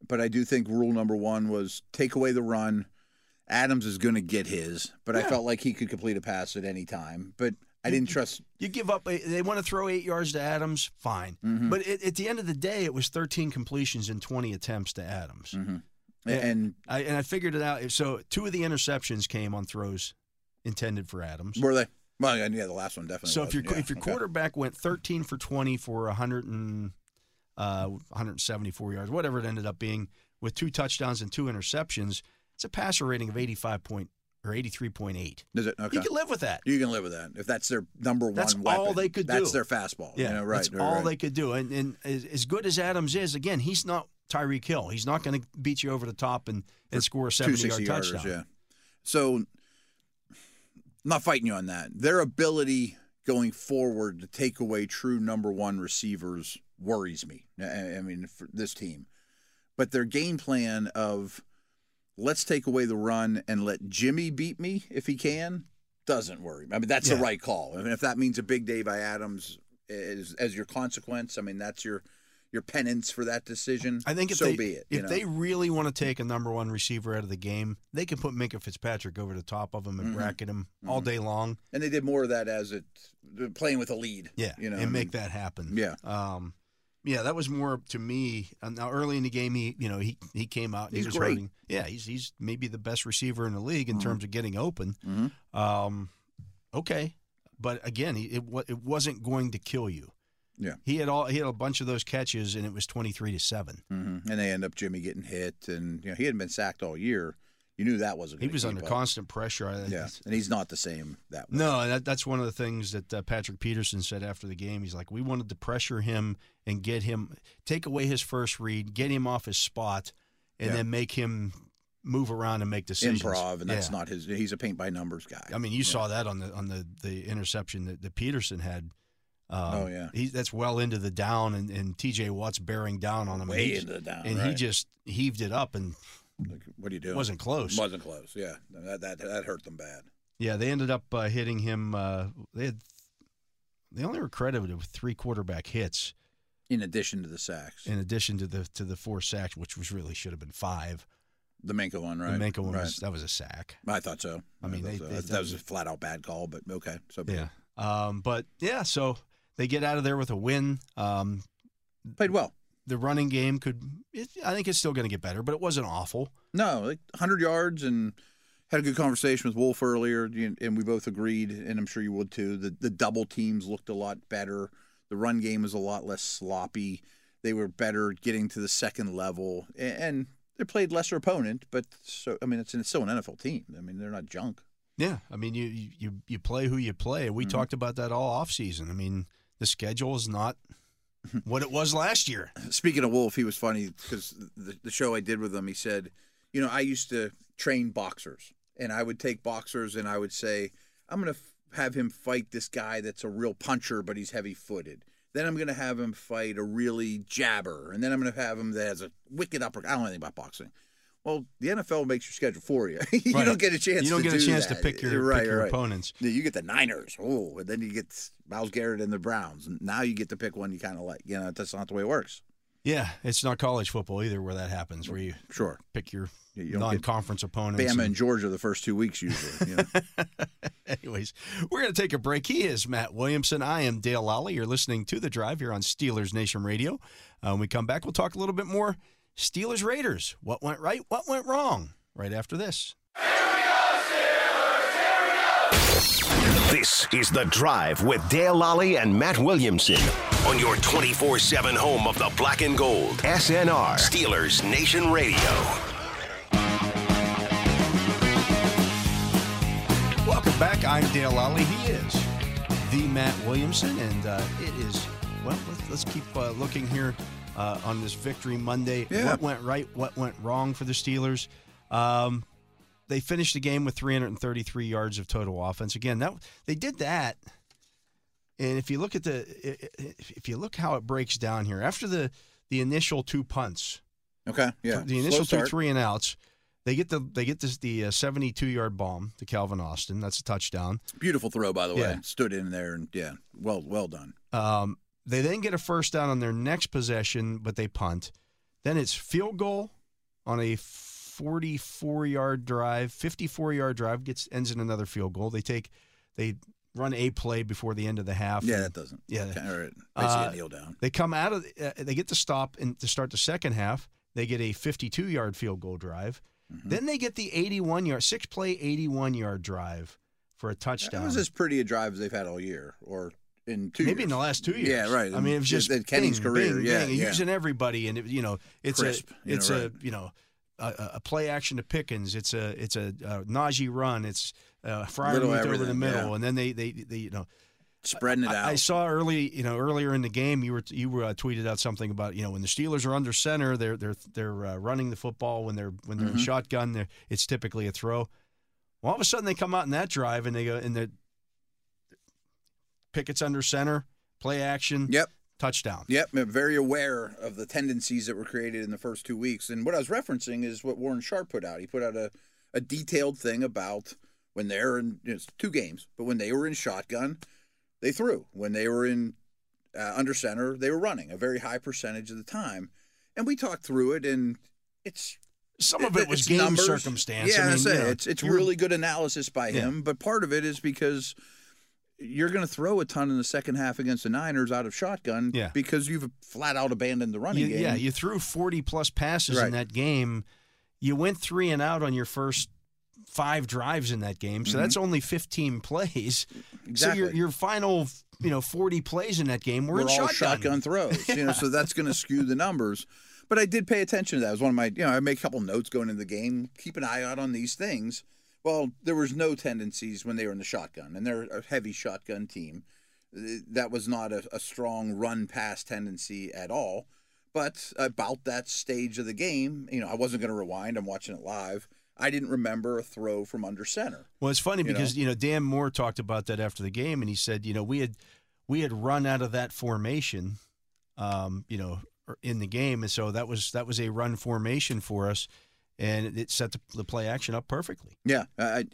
[SPEAKER 3] but I do think rule number one was take away the run. Adams is going to get his, but I felt like he could complete a pass at any time. But
[SPEAKER 2] Mm-hmm.
[SPEAKER 3] I didn't trust.
[SPEAKER 2] You give up. eh, They want to throw eight yards to Adams, fine.
[SPEAKER 3] Mm-hmm.
[SPEAKER 2] But it, at the end of the day, it was 13 completions and 20 attempts to Adams.
[SPEAKER 3] Mm-hmm.
[SPEAKER 2] Yeah.
[SPEAKER 3] And
[SPEAKER 2] I, and I figured it out. So two of the interceptions came on throws intended for Adams.
[SPEAKER 3] were they? Well, yeah, the last one definitely.
[SPEAKER 2] So if your
[SPEAKER 3] wasn't. Yeah,
[SPEAKER 2] if your
[SPEAKER 3] okay.
[SPEAKER 2] quarterback went 13 for 20 for 100 and uh, 174 yards, whatever it ended up being, with two touchdowns and two interceptions, it's a passer rating of 85 point or 83.8.
[SPEAKER 3] is it okay?
[SPEAKER 2] You can live with that.
[SPEAKER 3] You can live with that if that's their number one.
[SPEAKER 2] That's
[SPEAKER 3] weapon,
[SPEAKER 2] all they could
[SPEAKER 3] That's
[SPEAKER 2] do.
[SPEAKER 3] their fastball. you know, right?
[SPEAKER 2] that's
[SPEAKER 3] right,
[SPEAKER 2] all
[SPEAKER 3] right.
[SPEAKER 2] they could do. And, and as, as good as Adams is, again, he's not Tyreek Hill. He's not going to beat you over the top and, and score a 70 yard
[SPEAKER 3] 60
[SPEAKER 2] touchdown.
[SPEAKER 3] yarders, Yeah. So, I'm not fighting you on that. Their ability going forward to take away true number one receivers worries me. I I mean, for this team, but their game plan of let's take away the run and let Jimmy beat me if he can doesn't worry me. I mean, that's the
[SPEAKER 2] Yeah.
[SPEAKER 3] right call. I mean, if that means a big day by Adams as, as your consequence, I mean, that's your your penance for that decision.
[SPEAKER 2] I think if
[SPEAKER 3] so
[SPEAKER 2] they
[SPEAKER 3] be it. you
[SPEAKER 2] if
[SPEAKER 3] know?
[SPEAKER 2] they really want to take a number one receiver out of the game, they can put Minka Fitzpatrick over the top of him
[SPEAKER 3] Mm-hmm.
[SPEAKER 2] and bracket him all day long.
[SPEAKER 3] and they did more of that as it playing with a lead.
[SPEAKER 2] Yeah,
[SPEAKER 3] you know,
[SPEAKER 2] and make
[SPEAKER 3] I mean,
[SPEAKER 2] that happen.
[SPEAKER 3] Yeah.
[SPEAKER 2] um, yeah, that was more up to me. Uh, Now early in the game, he you know he he came out. And
[SPEAKER 3] He's
[SPEAKER 2] he was
[SPEAKER 3] great. Mm-hmm.
[SPEAKER 2] hurting. Yeah, he's he's maybe the best receiver in the league in terms of getting open. Um, okay, but again, he, it wa- it wasn't going to kill you.
[SPEAKER 3] Yeah.
[SPEAKER 2] he had all he had a bunch of those catches, and it was twenty three to seven.
[SPEAKER 3] mhm. and they end up Jimmy getting hit, and you know he hadn't been sacked all year. You knew that wasn't.
[SPEAKER 2] He
[SPEAKER 3] gonna
[SPEAKER 2] was
[SPEAKER 3] keep
[SPEAKER 2] under
[SPEAKER 3] up.
[SPEAKER 2] constant pressure. I-
[SPEAKER 3] Yeah, and he's not the same that way.
[SPEAKER 2] No, that, that's one of the things that uh, Patrick Peterson said after the game. He's like, we wanted to pressure him and get him, take away his first read, get him off his spot, and
[SPEAKER 3] Yeah.
[SPEAKER 2] then make him move around and make decisions.
[SPEAKER 3] improv, and that's
[SPEAKER 2] Yeah.
[SPEAKER 3] not his. He's a paint by numbers guy.
[SPEAKER 2] I mean, you saw that on the on the the interception that, that Peterson had. Um,
[SPEAKER 3] Oh, yeah.
[SPEAKER 2] he, that's well into the down, and, and T.J. Watts bearing down on him, and
[SPEAKER 3] Way
[SPEAKER 2] he-
[SPEAKER 3] into the down,
[SPEAKER 2] and he
[SPEAKER 3] right.
[SPEAKER 2] just heaved it up and
[SPEAKER 3] Like, what are you doing?
[SPEAKER 2] Wasn't close.
[SPEAKER 3] Wasn't close. Yeah, that that, that hurt them bad.
[SPEAKER 2] Yeah, they ended up uh, hitting him. Uh, they had, they only were credited with three quarterback hits
[SPEAKER 3] In addition to the sacks,
[SPEAKER 2] in addition to the to the four sacks, which was really should have been five.
[SPEAKER 3] the Minka one,
[SPEAKER 2] The
[SPEAKER 3] right?
[SPEAKER 2] Menko one
[SPEAKER 3] right.
[SPEAKER 2] was that was a sack.
[SPEAKER 3] I thought so.
[SPEAKER 2] I mean,
[SPEAKER 3] thought
[SPEAKER 2] they-
[SPEAKER 3] so.
[SPEAKER 2] they-
[SPEAKER 3] that, was a flat out bad call, but okay. So be it.
[SPEAKER 2] Yeah. Um, but yeah, so they get out of there with a win. Um,
[SPEAKER 3] played well.
[SPEAKER 2] the running game could, it, I think, it's still going to get better, but it wasn't awful.
[SPEAKER 3] No, like 100 yards and had a good conversation with Wolf earlier, you- and we both agreed, and I'm sure you would too. The the double teams looked a lot better. The run game was a lot less sloppy. They were better getting to the second level, a- and they played lesser opponent. But so I mean, it's, it's still an NFL team. I mean, they're not junk.
[SPEAKER 2] Yeah, I mean, you you you- you play who you play. We
[SPEAKER 3] Mm-hmm.
[SPEAKER 2] talked about that all off season. I mean, the schedule is not what it was last year.
[SPEAKER 3] Speaking of Wolf, he was funny because the, the show I did with him, he said, you know, I used to train boxers, and I would take boxers and I would say, I'm going to f- have him fight this guy that's a real puncher, but he's heavy footed. Then I'm going to have him fight a really jabber, and then I'm going to have him that has a wicked uppercut. I don't know anything about boxing. Well, the NFL makes your schedule for you. you
[SPEAKER 2] Right.
[SPEAKER 3] don't get a chance.
[SPEAKER 2] You don't
[SPEAKER 3] to
[SPEAKER 2] get a
[SPEAKER 3] do
[SPEAKER 2] chance to
[SPEAKER 3] that.
[SPEAKER 2] pick your
[SPEAKER 3] Right,
[SPEAKER 2] pick your
[SPEAKER 3] right.
[SPEAKER 2] opponents.
[SPEAKER 3] Yeah, You get the Niners, oh, and then you get Miles Garrett and the Browns. And Now you get to pick one you kind of like. You know, that's not the way it works.
[SPEAKER 2] Yeah, it's not college football either, where that happens, where you
[SPEAKER 3] Sure.
[SPEAKER 2] pick your
[SPEAKER 3] Yeah, you don't get
[SPEAKER 2] non-conference opponents.
[SPEAKER 3] Bama and
[SPEAKER 2] and-
[SPEAKER 3] Georgia the first two weeks usually. You know?
[SPEAKER 2] anyways, we're going to take a break. He is Matt Williamson. I am Dale Lally. You're listening to the Drive here on Steelers Nation Radio. Uh, when we come back, we'll talk a little bit more Steelers Raiders. What went right? What went wrong? Right after this.
[SPEAKER 1] This is The Drive with Dale Lally and Matt Williamson on your 24 7 home of the black and gold. SNR, Steelers Nation Radio.
[SPEAKER 2] Welcome back. I'm Dale Lally. He is the Matt Williamson, and uh, it is well. Let's, let's keep uh, looking here uh, on this victory Monday.
[SPEAKER 3] Yeah.
[SPEAKER 2] What went right? What went wrong for the Steelers? Um, they finished the game with 333 yards of total offense. Again, that they did that. And if you look at the i- i- if you look how it breaks down here after the the initial two punts,
[SPEAKER 3] Okay, yeah.
[SPEAKER 2] the
[SPEAKER 3] Slow
[SPEAKER 2] initial two
[SPEAKER 3] start.
[SPEAKER 2] three and outs. They get the they get this the seventy two yard bomb to Calvin Austin. That's a touchdown.
[SPEAKER 3] Beautiful throw, by the way.
[SPEAKER 2] Yeah.
[SPEAKER 3] Stood in there and yeah, well, well done.
[SPEAKER 2] Um, they then get a first down on their next possession, but they punt. Then it's field goal on a forty four yard drive. Fifty four yard drive gets ends in another field goal. They take they run a play before the end of the half.
[SPEAKER 3] Yeah, that doesn't.
[SPEAKER 2] Yeah.
[SPEAKER 3] Okay, all right. Basically,
[SPEAKER 2] Uh,
[SPEAKER 3] kneel down.
[SPEAKER 2] They come out of uh, they get the stop and to start the second half. They get a 52 yard field goal drive.
[SPEAKER 3] Mm-hmm.
[SPEAKER 2] Then they get the 81 yard six play 81 yard drive for a touchdown.
[SPEAKER 3] That was as pretty a drive as they've had all year, or in two.
[SPEAKER 2] Maybe in
[SPEAKER 3] years.
[SPEAKER 2] the last two years.
[SPEAKER 3] Yeah, right.
[SPEAKER 2] I mean, it was just
[SPEAKER 3] in Kenny's
[SPEAKER 2] bing,
[SPEAKER 3] career.
[SPEAKER 2] bing,
[SPEAKER 3] yeah,
[SPEAKER 2] bing,
[SPEAKER 3] yeah.
[SPEAKER 2] using everybody, and it, you know, it's
[SPEAKER 3] Crisp,
[SPEAKER 2] a,
[SPEAKER 3] you
[SPEAKER 2] it's
[SPEAKER 3] know,
[SPEAKER 2] a,
[SPEAKER 3] right.
[SPEAKER 2] you know, a- a, a play action to Pickens. It's a, it's a, a Najee run. It's uh, Fryer
[SPEAKER 3] Little
[SPEAKER 2] moved over the
[SPEAKER 3] everything,
[SPEAKER 2] middle,
[SPEAKER 3] yeah.
[SPEAKER 2] and then they, they, they, you know,
[SPEAKER 3] Spreading it out.
[SPEAKER 2] I, I saw early, you know, earlier in the game, you were you were uh, tweeted out something about you know when the Steelers are under center, they're they're they're uh, running the football when they're when they're
[SPEAKER 3] Mm-hmm.
[SPEAKER 2] in shotgun, they're, it's typically a throw. Well, all of a sudden they come out in that drive and they go and the Pickett's under center, play action,
[SPEAKER 3] Yep.
[SPEAKER 2] touchdown.
[SPEAKER 3] Yep, I'm very aware of the tendencies that were created in the first two weeks. And what I was referencing is what Warren Sharp put out. He put out a, a detailed thing about when they're in you know, it's two games, but when they were in shotgun, they threw. When they were in uh, under center, they were running a very high percentage of the time. And we talked through it, and it's
[SPEAKER 2] Some of it was
[SPEAKER 3] it's
[SPEAKER 2] game
[SPEAKER 3] numbers.
[SPEAKER 2] circumstance.
[SPEAKER 3] Yeah,
[SPEAKER 2] I mean,
[SPEAKER 3] that's it.
[SPEAKER 2] you know,
[SPEAKER 3] it's it's
[SPEAKER 2] you were-
[SPEAKER 3] really good analysis by
[SPEAKER 2] Yeah.
[SPEAKER 3] him, but part of it is because you're going to throw a ton in the second half against the Niners out of shotgun
[SPEAKER 2] Yeah.
[SPEAKER 3] because you've flat out abandoned the running
[SPEAKER 2] you-
[SPEAKER 3] game.
[SPEAKER 2] yeah. You threw forty plus passes in
[SPEAKER 3] Right.
[SPEAKER 2] that game. You went three and out on your first five drives in that game, so that's only fifteen plays. So your
[SPEAKER 3] Mm-hmm. Exactly.
[SPEAKER 2] your final, you know, forty plays in that game were,
[SPEAKER 3] we're
[SPEAKER 2] in
[SPEAKER 3] all
[SPEAKER 2] shotgun.
[SPEAKER 3] shotgun throws, you know, so that's going to skew the numbers. But I did pay attention to that. It was one of my, you know, I made a couple notes going into the game. Keep an eye out on these things. Well, there was no tendencies when they were in the shotgun, and they're a heavy shotgun team. Th- That was not a, a strong run pass tendency at all. But about that stage of the game, you know, I wasn't going to rewind. I'm watching it live. I didn't remember a throw from under center.
[SPEAKER 2] Well, it's funny
[SPEAKER 3] You know?
[SPEAKER 2] because you know Dan Moore talked about that after the game, and he said, you know, we had we had run out of that formation, um, you know, er- in the game, and so that was that was a run formation for us, and it set the, the play action up perfectly.
[SPEAKER 3] Yeah, I, I-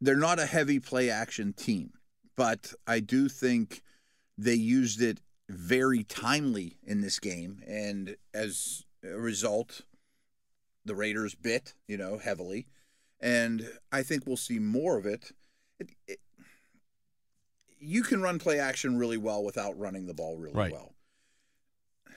[SPEAKER 3] they're not a heavy play action team, but I do think they used it very timely in this game, and as a result, the Raiders bit you know heavily, and I think we'll see more of it. it, it you can run play action really well without running the ball really
[SPEAKER 2] Right.
[SPEAKER 3] well.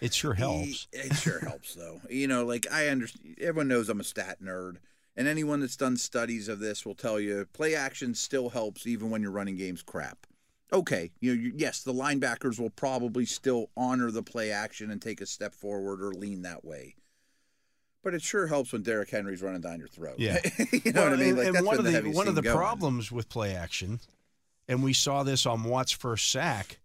[SPEAKER 2] It sure helps.
[SPEAKER 3] It sure helps, though. You know, like I understand. Everyone knows I'm a stat nerd, and anyone that's done studies of this will tell you play action still helps even when your running game's crap. Okay, you know, you, yes, the linebackers will probably still honor the play action and take a step forward or lean that way. But it sure helps when Derrick Henry's running down your throat.
[SPEAKER 2] Yeah.
[SPEAKER 3] you know
[SPEAKER 2] Well,
[SPEAKER 3] what I mean?
[SPEAKER 2] and-
[SPEAKER 3] Like
[SPEAKER 2] and one
[SPEAKER 3] that's when
[SPEAKER 2] of the,
[SPEAKER 3] heavy
[SPEAKER 2] one of
[SPEAKER 3] scene
[SPEAKER 2] the
[SPEAKER 3] going.
[SPEAKER 2] problems with play action, and we saw this on Watt's first sack.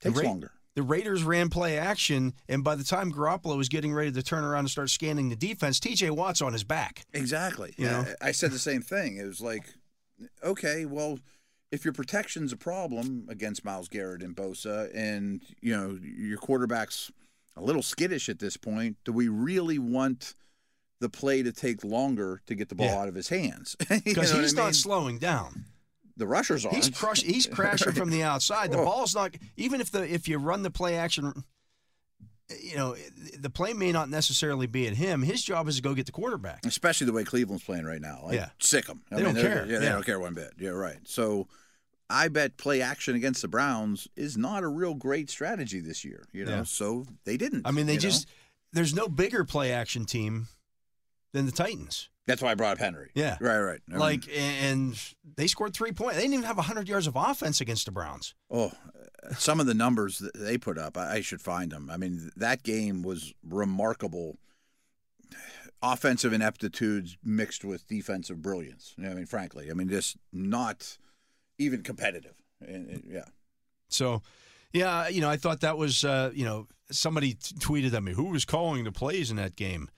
[SPEAKER 3] takes
[SPEAKER 2] the Ra-
[SPEAKER 3] longer.
[SPEAKER 2] The Raiders ran play action, and by the time Garoppolo was getting ready to turn around and start scanning the defense, TJ Watt's on his back.
[SPEAKER 3] Exactly.
[SPEAKER 2] You
[SPEAKER 3] Yeah.
[SPEAKER 2] know?
[SPEAKER 3] I I said the same thing. It was like, okay, well, if your protection's a problem against Miles Garrett and Bosa, and you know your quarterback's a little skittish at this point, do we really want the play to take longer to get the ball
[SPEAKER 2] Yeah.
[SPEAKER 3] out of his hands? You know
[SPEAKER 2] Because
[SPEAKER 3] what I
[SPEAKER 2] he's
[SPEAKER 3] mean?
[SPEAKER 2] not slowing down.
[SPEAKER 3] the rushers are.
[SPEAKER 2] He's crush he's crashing from the outside. The
[SPEAKER 3] Whoa.
[SPEAKER 2] ball's not even if the if you run the play action you know, the play may not necessarily be at him. His job is to go get the quarterback.
[SPEAKER 3] especially the way Cleveland's playing right now. Like,
[SPEAKER 2] Yeah.
[SPEAKER 3] sick them. I
[SPEAKER 2] They
[SPEAKER 3] mean,
[SPEAKER 2] don't
[SPEAKER 3] they're-
[SPEAKER 2] care.
[SPEAKER 3] Yeah, they
[SPEAKER 2] Yeah.
[SPEAKER 3] don't care one bit. Yeah, right. So, I bet play action against the Browns is not a real great strategy this year. You know,
[SPEAKER 2] Yeah.
[SPEAKER 3] so they didn't.
[SPEAKER 2] I mean, they
[SPEAKER 3] you know?
[SPEAKER 2] just there's no bigger play action team than the Titans.
[SPEAKER 3] That's why I brought up Henry.
[SPEAKER 2] Yeah.
[SPEAKER 3] Right. Right. I mean,
[SPEAKER 2] like and they scored three points. They didn't even have hundred yards of offense against the Browns.
[SPEAKER 3] oh, some of the numbers that they put up, I, I should find them. I mean, that game was remarkable. Offensive ineptitudes mixed with defensive brilliance. You know, I mean, frankly, I mean, just not even competitive. And, and- yeah.
[SPEAKER 2] So, yeah, you know, I thought that was uh, you know somebody t- tweeted at me who was calling the plays in that game.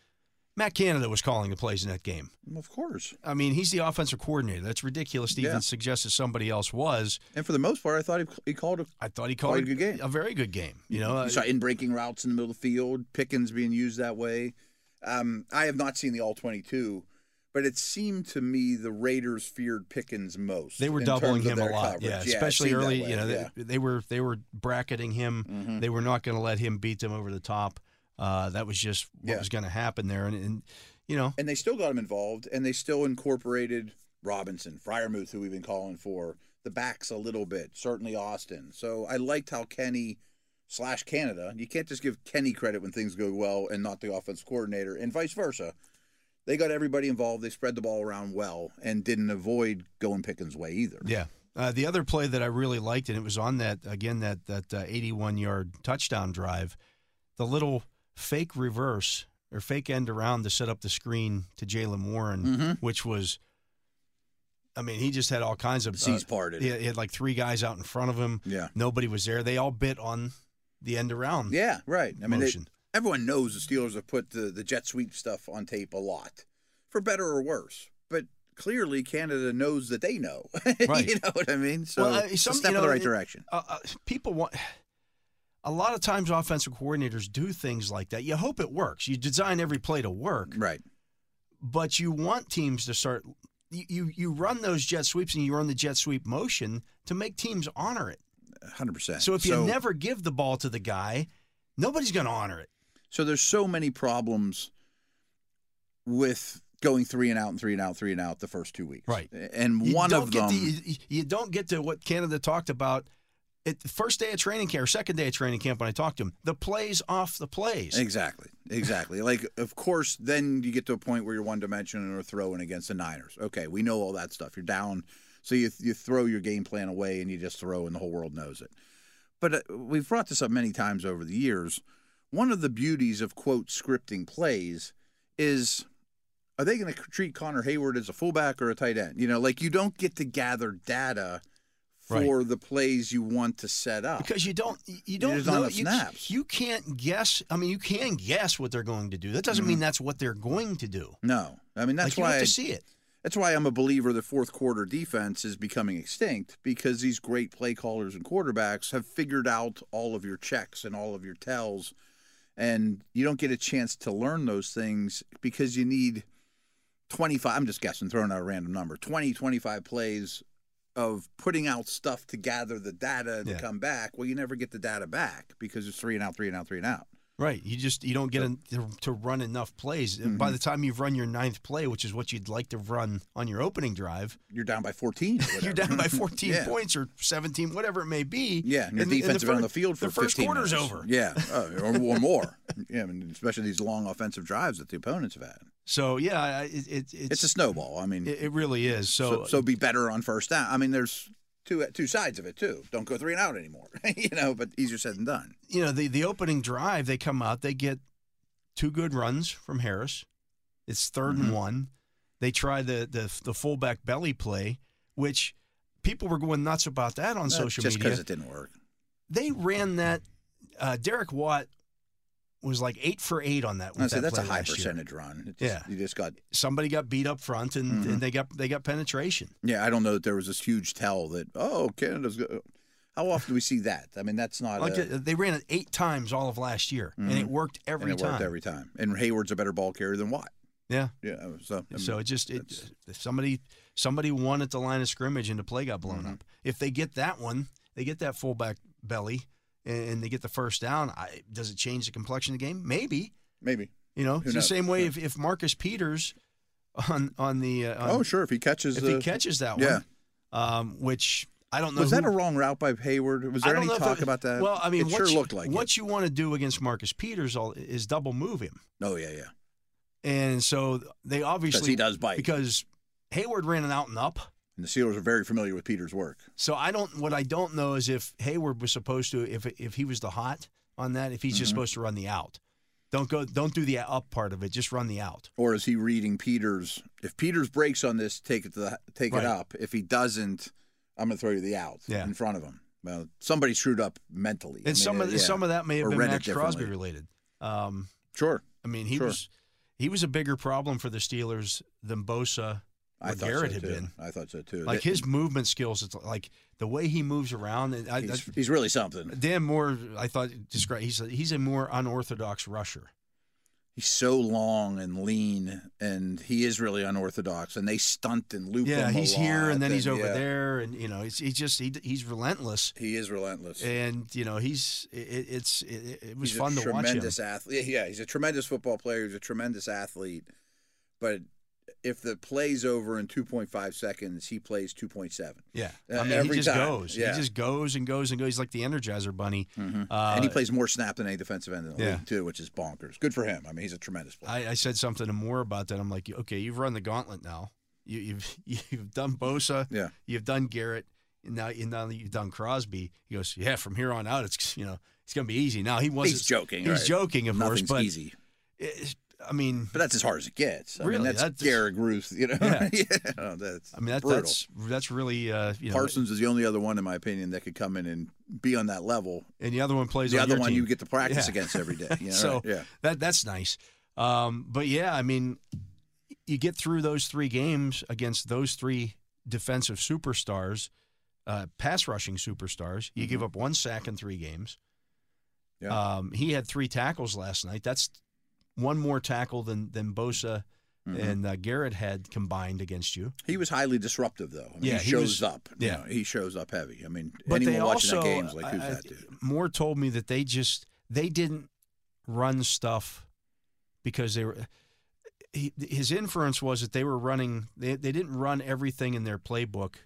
[SPEAKER 2] Matt Canada was calling the plays in that game.
[SPEAKER 3] Of course.
[SPEAKER 2] I mean, he's the offensive coordinator. That's ridiculous to
[SPEAKER 3] Yeah.
[SPEAKER 2] even suggest that somebody else was.
[SPEAKER 3] And for the most part, I thought he, he called. A,
[SPEAKER 2] I thought he called
[SPEAKER 3] Played a good game.
[SPEAKER 2] a very good game. You know, uh,
[SPEAKER 3] you saw in breaking routes in the middle of the field, Pickens being used that way. Um, I have not seen the all twenty-two, but it seemed to me the Raiders feared Pickens most.
[SPEAKER 2] they were
[SPEAKER 3] in
[SPEAKER 2] doubling
[SPEAKER 3] terms of
[SPEAKER 2] him a
[SPEAKER 3] their
[SPEAKER 2] lot.
[SPEAKER 3] coverage.
[SPEAKER 2] Yeah,
[SPEAKER 3] it
[SPEAKER 2] especially
[SPEAKER 3] seemed that
[SPEAKER 2] early.
[SPEAKER 3] way,
[SPEAKER 2] you know,
[SPEAKER 3] yeah. Mm-hmm.
[SPEAKER 2] they, they were they were bracketing him. They were not going to let him beat them over the top. Uh, that was just what
[SPEAKER 3] Yeah.
[SPEAKER 2] was going to happen there. And, and you know,
[SPEAKER 3] and they still got him involved, and they still incorporated Robinson, Fryermuth, who we've been calling for the backs a little bit. Certainly Austin. So I liked how Kenny slash Canada. You can't just give Kenny credit when things go well and not the offense coordinator, and vice versa. They got everybody involved. They spread the ball around well and didn't avoid going Pickens' way either.
[SPEAKER 2] Yeah. Uh, the other play that I really liked, and it was on that again that that uh, 81 yard touchdown drive, the little fake reverse or fake end around to set up the screen to Jalen Warren,
[SPEAKER 3] Mm-hmm.
[SPEAKER 2] which was, I mean, he just had all kinds of uh,
[SPEAKER 3] Seas parted.
[SPEAKER 2] He had, he had like three guys out in front of him.
[SPEAKER 3] Yeah.
[SPEAKER 2] nobody was there. They all bit on the end around.
[SPEAKER 3] Yeah, right. I mean, they-
[SPEAKER 2] Motion.
[SPEAKER 3] everyone knows the Steelers have put the, the jet sweep stuff on tape a lot, for better or worse. But clearly, Canada knows that they know.
[SPEAKER 2] Right.
[SPEAKER 3] you know what I mean? So
[SPEAKER 2] uh,
[SPEAKER 3] it's
[SPEAKER 2] some-
[SPEAKER 3] a step
[SPEAKER 2] you
[SPEAKER 3] in
[SPEAKER 2] know,
[SPEAKER 3] the right
[SPEAKER 2] it-
[SPEAKER 3] direction.
[SPEAKER 2] Uh, uh, people want. A lot of times, offensive coordinators do things like that. You hope it works. You design every play to work.
[SPEAKER 3] Right.
[SPEAKER 2] but you want teams to start you, you you run those jet sweeps and you run the jet sweep motion to make teams honor it.
[SPEAKER 3] 100%.
[SPEAKER 2] So if you never give the ball to the guy, nobody's going to honor it.
[SPEAKER 3] So there's so many problems with going three and out and three and out, three and out the first two weeks.
[SPEAKER 2] Right.
[SPEAKER 3] And
[SPEAKER 2] You
[SPEAKER 3] one
[SPEAKER 2] don't
[SPEAKER 3] of
[SPEAKER 2] get
[SPEAKER 3] them.
[SPEAKER 2] to- you, you don't get to what Canada talked about at the first day of training camp or second day of training camp when I talked to him. The plays off the plays.
[SPEAKER 3] Exactly. Exactly. like, of course, then you get to a point where you're one dimensional or throwing against the Niners. Okay, we know all that stuff. You're down, so you you throw your game plan away and you just throw, and the whole world knows it. But uh, we've brought this up many times over the years. One of the beauties of quote scripting plays is. Are they going to treat Connor Hayward as a fullback or a tight end? You know, like you don't get to gather data for the plays you want to set up.
[SPEAKER 2] Because you don't, you don't
[SPEAKER 3] just don't
[SPEAKER 2] know.
[SPEAKER 3] have
[SPEAKER 2] You,
[SPEAKER 3] snaps.
[SPEAKER 2] you can't guess. I mean, you can guess what they're going to do. That doesn't mean that's what they're going to do.
[SPEAKER 3] no, I mean Mm-hmm. that's
[SPEAKER 2] like you
[SPEAKER 3] why
[SPEAKER 2] have
[SPEAKER 3] I-
[SPEAKER 2] to see it.
[SPEAKER 3] That's why I'm a believer the fourth quarter defense is becoming extinct because these great play callers and quarterbacks have figured out all of your checks and all of your tells. And you don't get a chance to learn those things because you need 25, I'm just guessing, throwing out a random number, 20, 25 plays of putting out stuff to gather the data and
[SPEAKER 2] Yeah.
[SPEAKER 3] come back. Well, you never get the data back because it's three and out, three and out, three and out.
[SPEAKER 2] Right. You just you don't get en- to, to run enough plays. And
[SPEAKER 3] Mm-hmm.
[SPEAKER 2] By the time you've run your ninth play, which is what you'd like to run on your opening drive,
[SPEAKER 3] You're down by 14. or
[SPEAKER 2] you're
[SPEAKER 3] whatever.
[SPEAKER 2] down by 14
[SPEAKER 3] Mm-hmm. Yeah.
[SPEAKER 2] points or 17, whatever it may be.
[SPEAKER 3] Yeah, and your
[SPEAKER 2] the-
[SPEAKER 3] defense has been on the
[SPEAKER 2] fir-
[SPEAKER 3] field for
[SPEAKER 2] the first
[SPEAKER 3] 15
[SPEAKER 2] quarter's
[SPEAKER 3] minutes.
[SPEAKER 2] over.
[SPEAKER 3] Yeah, uh, or, or more. Yeah, I mean, especially these long offensive drives that the opponents have had.
[SPEAKER 2] So yeah, I- it, it, it's,
[SPEAKER 3] It's, a snowball. I mean,
[SPEAKER 2] it, it really is. So,
[SPEAKER 3] so, so be better on first down. I mean, there's two two sides of it too. Don't go three and out anymore. you know, but easier said than done.
[SPEAKER 2] you know the the opening drive, they come out, they get two good runs from Harris. It's 3rd
[SPEAKER 3] Mm-hmm.
[SPEAKER 2] and one. They try the, the the fullback belly play, which people were going nuts about that on
[SPEAKER 3] Uh,
[SPEAKER 2] social
[SPEAKER 3] just
[SPEAKER 2] media.
[SPEAKER 3] because it didn't work.
[SPEAKER 2] they ran that. Uh, Derek Watt was like eight for eight on that. with
[SPEAKER 3] I say
[SPEAKER 2] that
[SPEAKER 3] that's a
[SPEAKER 2] play
[SPEAKER 3] high
[SPEAKER 2] last year.
[SPEAKER 3] percentage run. It just-
[SPEAKER 2] Yeah.
[SPEAKER 3] you just got.
[SPEAKER 2] Somebody got beat up front, and,
[SPEAKER 3] Mm-hmm.
[SPEAKER 2] and they got they got penetration.
[SPEAKER 3] Yeah, I don't know that there was this huge tell that oh Canada's. Go-. How often do we see that? I mean, that's not.
[SPEAKER 2] Like
[SPEAKER 3] a,
[SPEAKER 2] uh, they ran it eight times all of last year, and it worked every
[SPEAKER 3] and it
[SPEAKER 2] time.
[SPEAKER 3] worked every time. And Hayward's a better ball carrier than Watt.
[SPEAKER 2] yeah.
[SPEAKER 3] Yeah, so I mean,
[SPEAKER 2] So it just it,
[SPEAKER 3] that's-
[SPEAKER 2] somebody somebody won at the line of scrimmage, and the play got blown
[SPEAKER 3] Mm-hmm.
[SPEAKER 2] up. If they get that one, they get that fullback belly, and, and they get the first down. I, does it change the complexion of the game? Maybe.
[SPEAKER 3] maybe.
[SPEAKER 2] You know, it's the
[SPEAKER 3] knows?
[SPEAKER 2] same way if, if Marcus Peters on on the uh, on-
[SPEAKER 3] oh sure, if he catches,
[SPEAKER 2] if
[SPEAKER 3] the,
[SPEAKER 2] he catches that
[SPEAKER 3] yeah.
[SPEAKER 2] one, um, which I don't know.
[SPEAKER 3] was that
[SPEAKER 2] who-
[SPEAKER 3] a wrong route by Hayward? Was
[SPEAKER 2] I
[SPEAKER 3] there
[SPEAKER 2] don't
[SPEAKER 3] any
[SPEAKER 2] know if
[SPEAKER 3] talk
[SPEAKER 2] it-
[SPEAKER 3] about that?
[SPEAKER 2] Well, I mean,
[SPEAKER 3] it
[SPEAKER 2] what
[SPEAKER 3] sure
[SPEAKER 2] you,
[SPEAKER 3] looked like
[SPEAKER 2] what
[SPEAKER 3] it.
[SPEAKER 2] you want to do against Marcus Peters all, is double move him,
[SPEAKER 3] Oh yeah, yeah.
[SPEAKER 2] and so they obviously
[SPEAKER 3] he does bite.
[SPEAKER 2] because Hayward ran an out and up.
[SPEAKER 3] And the Steelers are very familiar with Peter's work.
[SPEAKER 2] So I don't. What I don't know is if Hayward was supposed to, if if he was the hot on that, if he's
[SPEAKER 3] Mm-hmm.
[SPEAKER 2] just supposed to run the out. Don't go. Don't do the up part of it. Just run the out.
[SPEAKER 3] Or is he reading Peter's? If Peter's breaks on this, take it to the, take
[SPEAKER 2] Right.
[SPEAKER 3] it up. If he doesn't, I'm going to throw you the out
[SPEAKER 2] Yeah.
[SPEAKER 3] in front of him. Well, somebody screwed up mentally. uh,
[SPEAKER 2] And some of some of that may have been Max Crosby related. Um,
[SPEAKER 3] Sure,
[SPEAKER 2] I mean, he
[SPEAKER 3] Sure.
[SPEAKER 2] was he was a bigger problem for the Steelers than Bosa
[SPEAKER 3] I
[SPEAKER 2] or
[SPEAKER 3] thought
[SPEAKER 2] Garrett
[SPEAKER 3] so
[SPEAKER 2] had
[SPEAKER 3] too.
[SPEAKER 2] been.
[SPEAKER 3] I thought so too.
[SPEAKER 2] Like
[SPEAKER 3] That-
[SPEAKER 2] his movement skills, it's like the way he moves around. And I, I,
[SPEAKER 3] he's, he's really something.
[SPEAKER 2] Dan Moore, I thought described he's a, he's a more unorthodox rusher.
[SPEAKER 3] He's so long and lean, and he is really unorthodox. And they stunt and loop him.
[SPEAKER 2] yeah,
[SPEAKER 3] a
[SPEAKER 2] he's here
[SPEAKER 3] lot,
[SPEAKER 2] and then he's over
[SPEAKER 3] yeah,
[SPEAKER 2] there, and you know, it's, he's just he, he's relentless.
[SPEAKER 3] He is relentless.
[SPEAKER 2] And you know, he's it, it's it, it was
[SPEAKER 3] he's
[SPEAKER 2] fun
[SPEAKER 3] a
[SPEAKER 2] to watch him.
[SPEAKER 3] tremendous athlete. Yeah, he's a tremendous football player. He's a tremendous athlete. But if the play's over in 2.5 seconds, he plays 2.7.
[SPEAKER 2] Yeah,
[SPEAKER 3] Uh,
[SPEAKER 2] I mean,
[SPEAKER 3] every
[SPEAKER 2] he just
[SPEAKER 3] time,
[SPEAKER 2] goes.
[SPEAKER 3] yeah. Mm-hmm.
[SPEAKER 2] He just goes and goes and goes. He's like the Energizer Bunny. Uh,
[SPEAKER 3] and he plays more snap than any defensive end in the
[SPEAKER 2] yeah.
[SPEAKER 3] league, too, which is bonkers. Good for him. I mean, he's a tremendous player.
[SPEAKER 2] I, I said something to Moore about that. I'm like, okay, you've run the gauntlet now. You, you've you've done Bosa.
[SPEAKER 3] Yeah.
[SPEAKER 2] You've done Garrett. And now, and now that you've done Crosby. He goes, yeah. From here on out, it's you know it's gonna be easy. Now he wasn't.
[SPEAKER 3] He's joking,
[SPEAKER 2] He's
[SPEAKER 3] right.
[SPEAKER 2] joking, of
[SPEAKER 3] Nothing's
[SPEAKER 2] course. But
[SPEAKER 3] easy.
[SPEAKER 2] it's- I mean,
[SPEAKER 3] But that's as hard as it gets. I
[SPEAKER 2] Really,
[SPEAKER 3] mean, that's,
[SPEAKER 2] that's-
[SPEAKER 3] Garrett Ruth, you know?
[SPEAKER 2] Yeah.
[SPEAKER 3] no, that's
[SPEAKER 2] I mean that,
[SPEAKER 3] brutal.
[SPEAKER 2] that's that's really uh, you know.
[SPEAKER 3] Parsons is the only other one, in my opinion, that could come in and be on that level.
[SPEAKER 2] And the other one plays
[SPEAKER 3] The
[SPEAKER 2] on
[SPEAKER 3] other
[SPEAKER 2] your
[SPEAKER 3] one
[SPEAKER 2] team.
[SPEAKER 3] you get to practice
[SPEAKER 2] Yeah.
[SPEAKER 3] against every day. You know?
[SPEAKER 2] so
[SPEAKER 3] yeah.
[SPEAKER 2] that that's nice. Um, but yeah, I mean, you get through those three games against those three defensive superstars, uh, pass rushing superstars. You give up one sack in three games.
[SPEAKER 3] Yeah.
[SPEAKER 2] Um, he had three tackles last night. That's one more tackle than than Bosa
[SPEAKER 3] Mm-hmm.
[SPEAKER 2] and uh, Garrett had combined against you.
[SPEAKER 3] He was highly disruptive, though. I mean,
[SPEAKER 2] Yeah,
[SPEAKER 3] he
[SPEAKER 2] he
[SPEAKER 3] shows
[SPEAKER 2] was-
[SPEAKER 3] up. you
[SPEAKER 2] yeah.
[SPEAKER 3] know, he shows up heavy. I mean,
[SPEAKER 2] But
[SPEAKER 3] anyone
[SPEAKER 2] they
[SPEAKER 3] watching
[SPEAKER 2] also
[SPEAKER 3] that game's like, who's
[SPEAKER 2] I- I-
[SPEAKER 3] that dude?
[SPEAKER 2] Moore told me that they just they didn't run stuff because they were. He, his inference was that they were running. They they didn't run everything in their playbook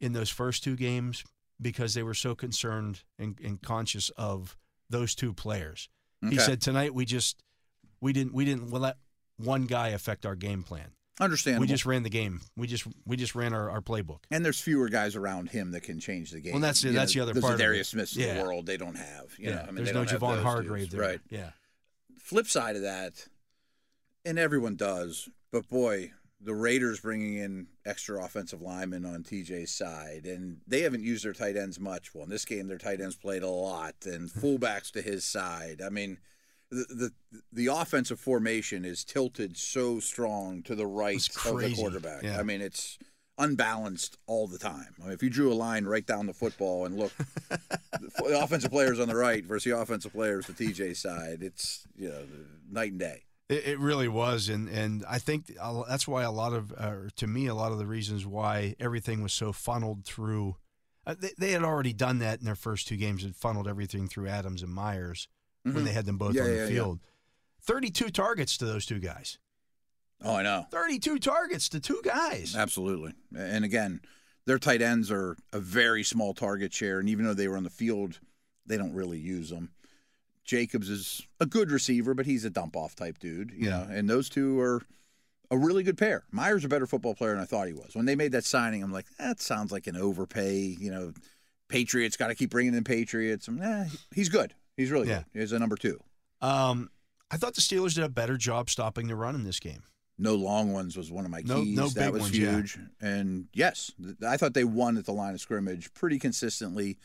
[SPEAKER 2] in those first two games because they were so concerned and, and conscious of those two players. He
[SPEAKER 3] Okay.
[SPEAKER 2] said tonight we just we didn't we didn't let one guy affect our game plan.
[SPEAKER 3] Understandable.
[SPEAKER 2] We just ran the game. We just we just ran our, our playbook.
[SPEAKER 3] and there's fewer guys around him that can change the game.
[SPEAKER 2] Well, that's the-
[SPEAKER 3] You
[SPEAKER 2] that's the other
[SPEAKER 3] those
[SPEAKER 2] part of it.
[SPEAKER 3] Darius Smiths of
[SPEAKER 2] Yeah.
[SPEAKER 3] the world they don't have. You know, I mean,
[SPEAKER 2] there's
[SPEAKER 3] they
[SPEAKER 2] no
[SPEAKER 3] don't have
[SPEAKER 2] Javon
[SPEAKER 3] those
[SPEAKER 2] Hargrave
[SPEAKER 3] dudes.
[SPEAKER 2] there.
[SPEAKER 3] Right.
[SPEAKER 2] Yeah.
[SPEAKER 3] Flip side of that, and everyone does, but boy, the Raiders bringing in extra offensive linemen on TJ's side, and they haven't used their tight ends much. Well, in this game, their tight ends played a lot, and
[SPEAKER 2] Hmm.
[SPEAKER 3] fullbacks to his side. I mean. The, the the offensive formation is tilted so strong to the right
[SPEAKER 2] It's
[SPEAKER 3] of the
[SPEAKER 2] crazy.
[SPEAKER 3] quarterback.
[SPEAKER 2] Yeah.
[SPEAKER 3] I mean, it's unbalanced all the time. I mean, if you drew a line right down the football and look, the offensive players on the right versus the offensive players the TJ side, it's you know night and day.
[SPEAKER 2] It, it really was, and and I think a lo- that's why a lot of, uh, to me, a lot of the reasons why everything was so funneled through. Uh, they, they had already done that in their first two games and funneled everything through Adams and Myers when they had them both
[SPEAKER 3] Mm-hmm. Yeah,
[SPEAKER 2] on the
[SPEAKER 3] yeah, yeah.
[SPEAKER 2] field. Thirty-two targets to those two guys.
[SPEAKER 3] Oh, I know.
[SPEAKER 2] Thirty-two targets to two guys.
[SPEAKER 3] Absolutely. And again, their tight ends are a very small target share, and even though they were on the field, they don't really use them. Jacobs is a good receiver, but he's a dump off type dude, you know. And those two are a really good pair. Myers a better football player than I thought he was. When they made that signing, I'm like, that sounds like an overpay, you know. Patriots got to keep bringing in Patriots. I'm, nah, he's good. He's really
[SPEAKER 2] Yeah.
[SPEAKER 3] good. He's a number two.
[SPEAKER 2] Um, I thought the Steelers did a better job stopping the run in this game.
[SPEAKER 3] No long ones was one of my keys.
[SPEAKER 2] No- no
[SPEAKER 3] that
[SPEAKER 2] big
[SPEAKER 3] was
[SPEAKER 2] ones, yeah.
[SPEAKER 3] huge. And yes, th- I thought they won at the line of scrimmage pretty consistently.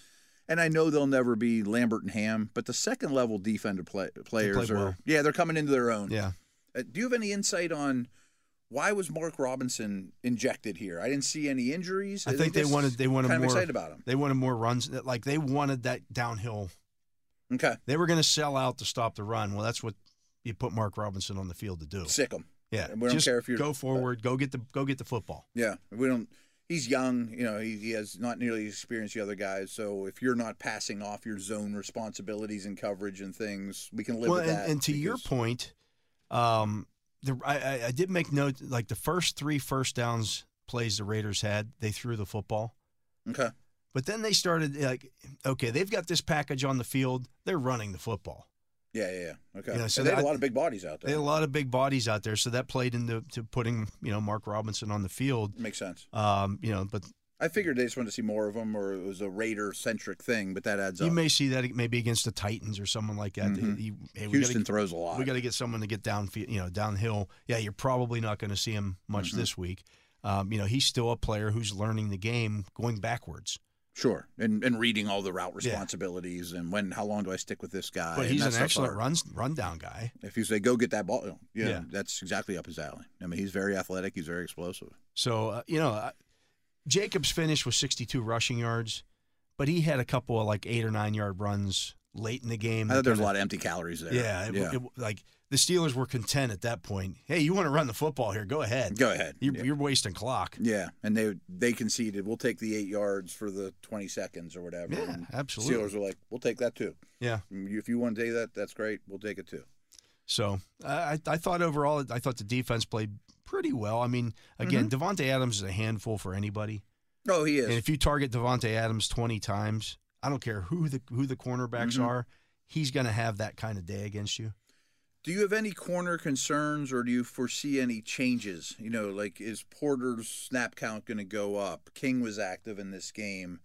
[SPEAKER 3] And I know they'll never be Lambert and Ham, but the second level defender play, players
[SPEAKER 2] played
[SPEAKER 3] are
[SPEAKER 2] well.
[SPEAKER 3] yeah, they're coming into their own.
[SPEAKER 2] Yeah.
[SPEAKER 3] Uh, do you have any insight on why was Mark Robinson injected here? I didn't see any injuries.
[SPEAKER 2] I think they
[SPEAKER 3] This
[SPEAKER 2] wanted they wanted
[SPEAKER 3] kind
[SPEAKER 2] more.
[SPEAKER 3] of excited about him.
[SPEAKER 2] They wanted more runs. Like they wanted that downhill.
[SPEAKER 3] Okay,
[SPEAKER 2] They were going to sell out to stop the run. Well, that's what you put Mark Robinson on the field to do.
[SPEAKER 3] sick him.
[SPEAKER 2] Yeah,
[SPEAKER 3] We don't
[SPEAKER 2] just
[SPEAKER 3] care if you're
[SPEAKER 2] go forward, go get the go get the football.
[SPEAKER 3] Yeah, we don't. He's young, you know. He, he has not nearly the experience the other guys. So if you're not passing off your zone responsibilities and coverage and things, we can live
[SPEAKER 2] well,
[SPEAKER 3] with
[SPEAKER 2] and,
[SPEAKER 3] that.
[SPEAKER 2] and to your
[SPEAKER 3] because-
[SPEAKER 2] point, um, the, I, I, I did make note like the first three first downs plays the Raiders had, they threw the football.
[SPEAKER 3] okay,
[SPEAKER 2] But then they started like, okay, they've got this package on the field. They're running the football.
[SPEAKER 3] yeah, yeah, yeah. okay.
[SPEAKER 2] You know, so
[SPEAKER 3] And they had
[SPEAKER 2] that-
[SPEAKER 3] a lot of big bodies out
[SPEAKER 2] They
[SPEAKER 3] there.
[SPEAKER 2] had a lot of big bodies out there, so that played into to putting you know Mark Robinson on the field.
[SPEAKER 3] Makes sense.
[SPEAKER 2] Um, you know, but
[SPEAKER 3] I figured they just wanted to see more of them, or it was a Raider centric thing, but that adds
[SPEAKER 2] you
[SPEAKER 3] up.
[SPEAKER 2] may see that maybe against the Titans or someone like that.
[SPEAKER 3] Mhm.
[SPEAKER 2] He- he- hey, we
[SPEAKER 3] Houston
[SPEAKER 2] gotta,
[SPEAKER 3] throws a lot.
[SPEAKER 2] we got to get someone to get downfield, you know, downhill. Yeah, you're probably not going to see him much
[SPEAKER 3] Mm-hmm.
[SPEAKER 2] this week. Um, you know, he's still a player who's learning the game going backwards,
[SPEAKER 3] sure, and and reading all the route
[SPEAKER 2] Yeah.
[SPEAKER 3] responsibilities and when, how long do I stick with this guy?
[SPEAKER 2] but
[SPEAKER 3] and
[SPEAKER 2] he's
[SPEAKER 3] that
[SPEAKER 2] an
[SPEAKER 3] stuff's
[SPEAKER 2] excellent
[SPEAKER 3] hard.
[SPEAKER 2] runs rundown guy.
[SPEAKER 3] If you say go get that ball, you know,
[SPEAKER 2] Yeah.
[SPEAKER 3] that's exactly up his alley. I mean, he's very athletic. He's very explosive.
[SPEAKER 2] So uh, you know, uh, Jacobs finished with 62 rushing yards, but he had a couple of like eight or nine yard runs late in the game.
[SPEAKER 3] I
[SPEAKER 2] that
[SPEAKER 3] thought there was a
[SPEAKER 2] kinda-
[SPEAKER 3] lot of empty calories there.
[SPEAKER 2] Yeah, it, It, like the Steelers were content at that point. Hey, you want to run the football here? Go ahead.
[SPEAKER 3] Go ahead.
[SPEAKER 2] You're,
[SPEAKER 3] yeah.
[SPEAKER 2] you're wasting clock.
[SPEAKER 3] Yeah, and they they conceded. We'll take the eight yards for the twenty seconds or whatever.
[SPEAKER 2] Yeah,
[SPEAKER 3] and
[SPEAKER 2] absolutely.
[SPEAKER 3] Steelers were like, we'll take that too.
[SPEAKER 2] Yeah.
[SPEAKER 3] If you want to take that, that's great. We'll take it too.
[SPEAKER 2] So I, I- I thought overall, I thought the defense played pretty well. I mean, again, Devonte Adams is a handful for anybody,
[SPEAKER 3] Oh, he
[SPEAKER 2] and
[SPEAKER 3] is.
[SPEAKER 2] if you target Devonte Adams 20 times, I don't care who the who the cornerbacks are, he's going to have that kind of day against you.
[SPEAKER 3] do you have any corner concerns, or do you foresee any changes? You know, like is Porter's snap count going to go up? King was active in this game.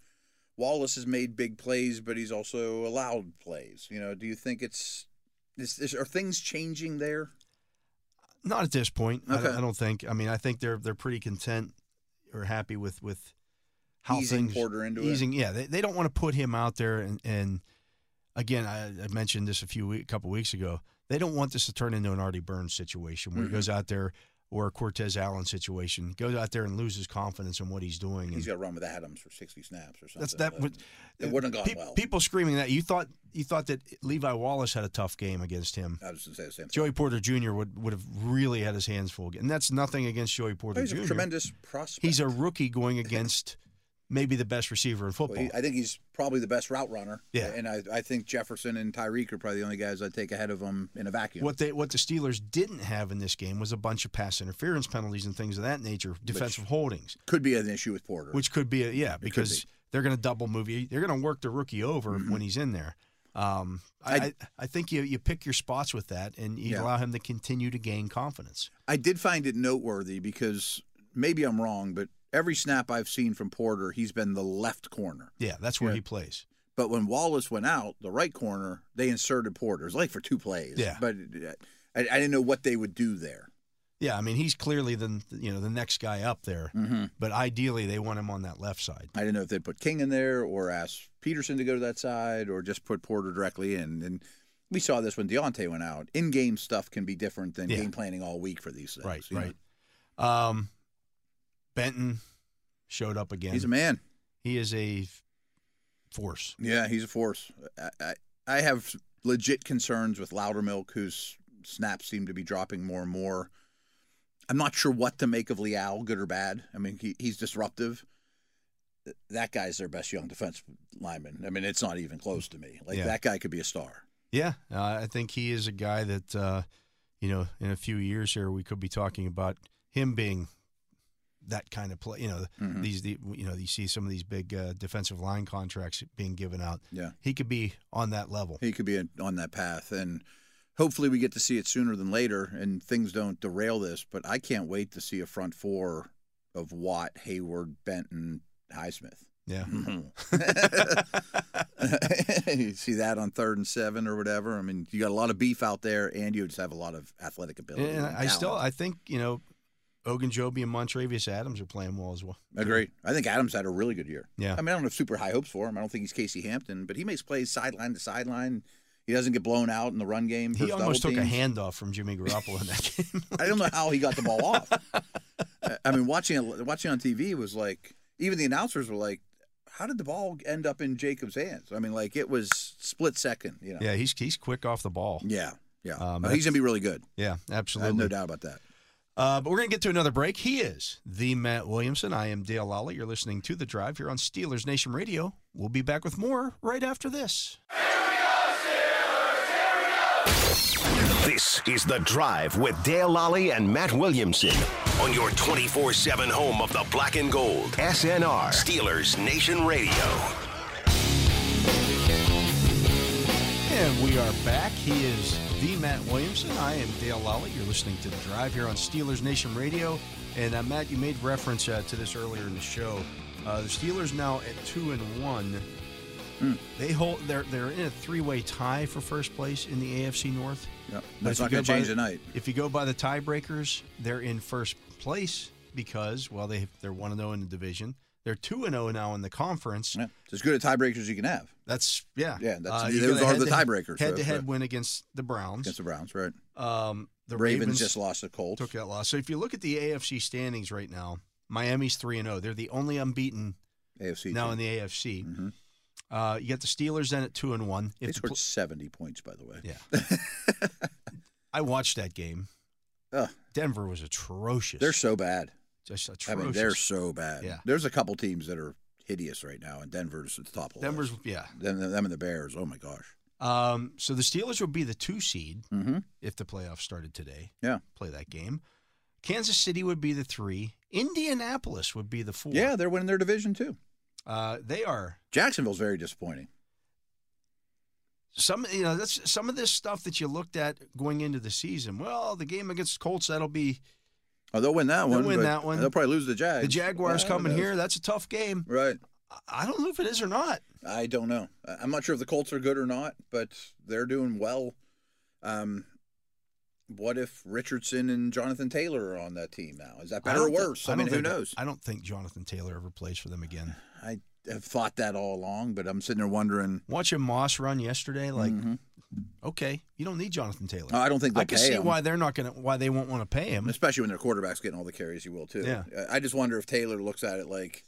[SPEAKER 3] Wallace has made big plays, but he's also allowed plays. You know, do you think it's is, is, are things changing there?
[SPEAKER 2] Not at this point. I, don't,
[SPEAKER 3] Okay.
[SPEAKER 2] I don't think. I mean, I think they're they're pretty content or happy with with how
[SPEAKER 3] Easing
[SPEAKER 2] things
[SPEAKER 3] Porter into it.
[SPEAKER 2] easing. Yeah, they, they don't want to put him out there and and again, I, I mentioned this a few week, couple weeks ago. They don't want this to turn into an Artie Burns situation where he goes
[SPEAKER 3] Mm-hmm.
[SPEAKER 2] out there or a Cortez Allen situation, goes out there and loses confidence in what he's doing.
[SPEAKER 3] He's
[SPEAKER 2] And
[SPEAKER 3] got to run with Adams for 60 snaps or something.
[SPEAKER 2] that's that. would-
[SPEAKER 3] it wouldn't have gone
[SPEAKER 2] pe-
[SPEAKER 3] well.
[SPEAKER 2] People screaming that you thought you thought that Levi Wallace had a tough game against him.
[SPEAKER 3] I was going to say the same thing.
[SPEAKER 2] Joey Porter Jr. would would have really had his hands full, and that's nothing against Joey Porter
[SPEAKER 3] he's
[SPEAKER 2] Jr.
[SPEAKER 3] a tremendous prospect.
[SPEAKER 2] He's a rookie going against maybe the best receiver in
[SPEAKER 3] Well,
[SPEAKER 2] football.
[SPEAKER 3] he- I think he's probably the best route runner.
[SPEAKER 2] Yeah.
[SPEAKER 3] And I, I think Jefferson and Tyreek are probably the only guys I'd take ahead of him in a vacuum.
[SPEAKER 2] What they what the Steelers didn't have in this game was a bunch of pass interference penalties and things of that nature, defensive holdings,
[SPEAKER 3] Could be an issue with Porter.
[SPEAKER 2] which could be a, yeah
[SPEAKER 3] be. Mm-hmm.
[SPEAKER 2] because they're going to double move you. They're going to work the rookie over when he's in there. Um, I, I
[SPEAKER 3] I-
[SPEAKER 2] I think you you pick your spots with that and you
[SPEAKER 3] Yeah.
[SPEAKER 2] allow him to continue to gain confidence.
[SPEAKER 3] I did find it noteworthy because maybe I'm wrong, but every snap I've seen from Porter, he's been the left corner.
[SPEAKER 2] Yeah, that's where
[SPEAKER 3] Yeah.
[SPEAKER 2] he plays.
[SPEAKER 3] But when Wallace went out, the right corner, they inserted Porter. It was like for two plays.
[SPEAKER 2] Yeah.
[SPEAKER 3] But uh, I, I didn't know what they would do there.
[SPEAKER 2] Yeah, I mean he's clearly the you know the next guy up there,
[SPEAKER 3] Mm-hmm.
[SPEAKER 2] but ideally they want him on that left side.
[SPEAKER 3] I didn't know if they put King in there or asked Peterson to go to that side or just put Porter directly in. And we saw this when Deontay went out. In game stuff can be different than
[SPEAKER 2] Yeah.
[SPEAKER 3] game planning all week for these things.
[SPEAKER 2] Right,
[SPEAKER 3] you know.
[SPEAKER 2] right. Um, Benton showed up again.
[SPEAKER 3] He's a man.
[SPEAKER 2] he is a force.
[SPEAKER 3] Yeah, he's a force. I, I, I have legit concerns with Loudermilk, who's snaps seem to be dropping more and more. I'm not sure what to make of Leal, good or bad. I mean, he, he's disruptive. Th- That guy's their best young defense lineman. I mean, it's not even close to me. Like
[SPEAKER 2] Yeah.
[SPEAKER 3] that guy could be a star.
[SPEAKER 2] Yeah, uh, I think he is a guy that uh, you know in a few years here we could be talking about him being that kind of play. You know
[SPEAKER 3] Mm-hmm.
[SPEAKER 2] these the, you know you see some of these big uh, defensive line contracts being given out.
[SPEAKER 3] Yeah.
[SPEAKER 2] He could be on that level.
[SPEAKER 3] He could be in- on that path, and hopefully we get to see it sooner than later, and things don't derail this. But I can't wait to see a front four of Watt, Hayward, Benton, Highsmith.
[SPEAKER 2] Yeah,
[SPEAKER 3] you see that on third and seven or whatever. I mean, you got a lot of beef out there, and you just have a lot of athletic ability.
[SPEAKER 2] and
[SPEAKER 3] and
[SPEAKER 2] I still
[SPEAKER 3] talent.
[SPEAKER 2] I think you know Ogunjobi and Montrevious Adams are playing well as well.
[SPEAKER 3] agree. I think Adams had a really good year.
[SPEAKER 2] Yeah.
[SPEAKER 3] I mean, I don't have super high hopes for him. I don't think he's Casey Hampton, but he makes plays sideline to sideline. He doesn't get blown out in the run game.
[SPEAKER 2] He
[SPEAKER 3] versus
[SPEAKER 2] almost took
[SPEAKER 3] double
[SPEAKER 2] a
[SPEAKER 3] teams.
[SPEAKER 2] handoff from Jimmy Garoppolo in that game.
[SPEAKER 3] I don't know how he got the ball off. I- I mean, watching it, watching on TV was like even the announcers were like, "How did the ball end up in Jacob's hands?" I mean, like it was split second. You know.
[SPEAKER 2] yeah, he's he's quick off the ball.
[SPEAKER 3] Yeah. Yeah.
[SPEAKER 2] Um,
[SPEAKER 3] Uh, he's gonna be really good.
[SPEAKER 2] Yeah,
[SPEAKER 3] I have
[SPEAKER 2] absolutely.
[SPEAKER 3] no doubt about that.
[SPEAKER 2] Uh, but we're going to get to another break. He is the Matt Williamson. I am Dale Lally. You're listening to The Drive here on Steelers Nation Radio. We'll be back with more right after this.
[SPEAKER 1] This is The Drive with Dale Lally and Matt Williamson on your 24 7 home of the black and gold. SNR, Steelers Nation Radio.
[SPEAKER 2] And we are back. He is the Matt Williamson. I am Dale Lally. You're listening to The Drive here on Steelers Nation Radio. And uh, Matt, you made reference uh, to this earlier in the show. Uh, the Steelers now at two and one.
[SPEAKER 3] Hmm.
[SPEAKER 2] They hold. They're they're in a three way tie for first place in the AFC North.
[SPEAKER 3] Yeah.
[SPEAKER 2] But
[SPEAKER 3] That's
[SPEAKER 2] if
[SPEAKER 3] not
[SPEAKER 2] you
[SPEAKER 3] gonna
[SPEAKER 2] go by
[SPEAKER 3] change
[SPEAKER 2] the-
[SPEAKER 3] tonight.
[SPEAKER 2] If you go by the tiebreakers, they're in first place because well they they're one and zero in the division. They're two and zero now in the conference.
[SPEAKER 3] Yeah. It's as good a tiebreaker as you can have
[SPEAKER 2] That's yeah. Uh,
[SPEAKER 3] Yeah, that's-
[SPEAKER 2] you
[SPEAKER 3] those
[SPEAKER 2] got a
[SPEAKER 3] are the
[SPEAKER 2] head-to-head-
[SPEAKER 3] tiebreakers.
[SPEAKER 2] Head to
[SPEAKER 3] That's
[SPEAKER 2] head
[SPEAKER 3] right.
[SPEAKER 2] win against the Browns.
[SPEAKER 3] against the Browns, right?
[SPEAKER 2] um, the
[SPEAKER 3] The Ravens, just lost to Colts.
[SPEAKER 2] took that loss. So if you look at the AFC standings right now, Miami's three and zero. They're the only unbeaten
[SPEAKER 3] AFC.
[SPEAKER 2] now
[SPEAKER 3] team.
[SPEAKER 2] in the AFC. Uh, you got the Steelers then at two and one.
[SPEAKER 3] Mm-hmm. they
[SPEAKER 2] If the
[SPEAKER 3] scored
[SPEAKER 2] pl-
[SPEAKER 3] seventy points, by the way.
[SPEAKER 2] yeah, I watched that game.
[SPEAKER 3] Ugh,
[SPEAKER 2] Denver was atrocious.
[SPEAKER 3] they're so bad.
[SPEAKER 2] just
[SPEAKER 3] I
[SPEAKER 2] atrocious.
[SPEAKER 3] mean, they're so bad.
[SPEAKER 2] Yeah.
[SPEAKER 3] There's a couple teams that are hideous right now, and Denver's at the top of the
[SPEAKER 2] Denver's
[SPEAKER 3] list.
[SPEAKER 2] yeah.
[SPEAKER 3] Them, them and the Bears. Oh my gosh.
[SPEAKER 2] Um, so the Steelers would be the two seed
[SPEAKER 3] Mm-hmm.
[SPEAKER 2] if the playoffs started today.
[SPEAKER 3] Yeah.
[SPEAKER 2] Play that game. Kansas City would be the three. Indianapolis would be the four.
[SPEAKER 3] Yeah, they're winning their division too.
[SPEAKER 2] Uh, they are
[SPEAKER 3] Jacksonville's very disappointing.
[SPEAKER 2] some. You know, that's some of this stuff that you looked at going into the season. Well, the game against Colts that'll be
[SPEAKER 3] Oh, they'll win that
[SPEAKER 2] They'll
[SPEAKER 3] one.
[SPEAKER 2] win
[SPEAKER 3] but
[SPEAKER 2] that one.
[SPEAKER 3] They'll probably lose the Jags.
[SPEAKER 2] the Jaguars
[SPEAKER 3] Yeah, who
[SPEAKER 2] coming
[SPEAKER 3] knows?
[SPEAKER 2] here. That's a tough game.
[SPEAKER 3] Right.
[SPEAKER 2] I- I don't know if it is or not.
[SPEAKER 3] I don't know. I- I'm not sure if the Colts are good or not, but they're doing well. Um, what if Richardson and Jonathan Taylor are on that team now? Is that
[SPEAKER 2] I
[SPEAKER 3] better or
[SPEAKER 2] don't thi-
[SPEAKER 3] worse? I,
[SPEAKER 2] don't
[SPEAKER 3] mean, who
[SPEAKER 2] think-
[SPEAKER 3] knows?
[SPEAKER 2] I don't think Jonathan Taylor ever plays for them again.
[SPEAKER 3] I have thought that all along, but I'm sitting there wondering.
[SPEAKER 2] Watching Moss run yesterday, like,
[SPEAKER 3] Mm-hmm.
[SPEAKER 2] okay, you don't need Jonathan Taylor.
[SPEAKER 3] I don't think they'll
[SPEAKER 2] I can
[SPEAKER 3] pay
[SPEAKER 2] see
[SPEAKER 3] him.
[SPEAKER 2] why they're not gonna why they won't want to pay him.
[SPEAKER 3] especially when their quarterback's getting all the carries. You will too.
[SPEAKER 2] Yeah.
[SPEAKER 3] I- I just wonder if Taylor looks at it like,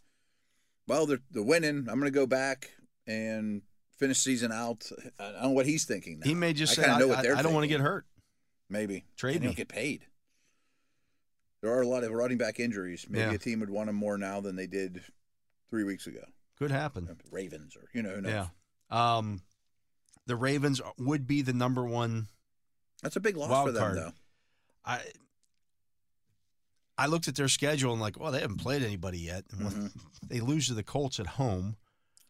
[SPEAKER 3] well, they're, they're winning. I'm going to go back and finish season out. I I don't know what he's thinking. Now.
[SPEAKER 2] He may just
[SPEAKER 3] I
[SPEAKER 2] say,
[SPEAKER 3] kinda
[SPEAKER 2] I,
[SPEAKER 3] know what
[SPEAKER 2] I-
[SPEAKER 3] they're
[SPEAKER 2] I don't want to
[SPEAKER 3] thinking.
[SPEAKER 2] get hurt.
[SPEAKER 3] Maybe
[SPEAKER 2] Trade
[SPEAKER 3] and he'll
[SPEAKER 2] me.
[SPEAKER 3] get paid. There are a lot of running back injuries. Maybe
[SPEAKER 2] Yeah.
[SPEAKER 3] a team would want him more now than they did three weeks ago.
[SPEAKER 2] Could happen.
[SPEAKER 3] Ravens or you know who knows.
[SPEAKER 2] Yeah. Um, the Ravens would be the number one.
[SPEAKER 3] That's a big loss
[SPEAKER 2] Wild
[SPEAKER 3] for them
[SPEAKER 2] card.
[SPEAKER 3] though.
[SPEAKER 2] I I looked at their schedule and like, well, they haven't played anybody yet. And when
[SPEAKER 3] Mm-hmm.
[SPEAKER 2] They lose to the Colts at home.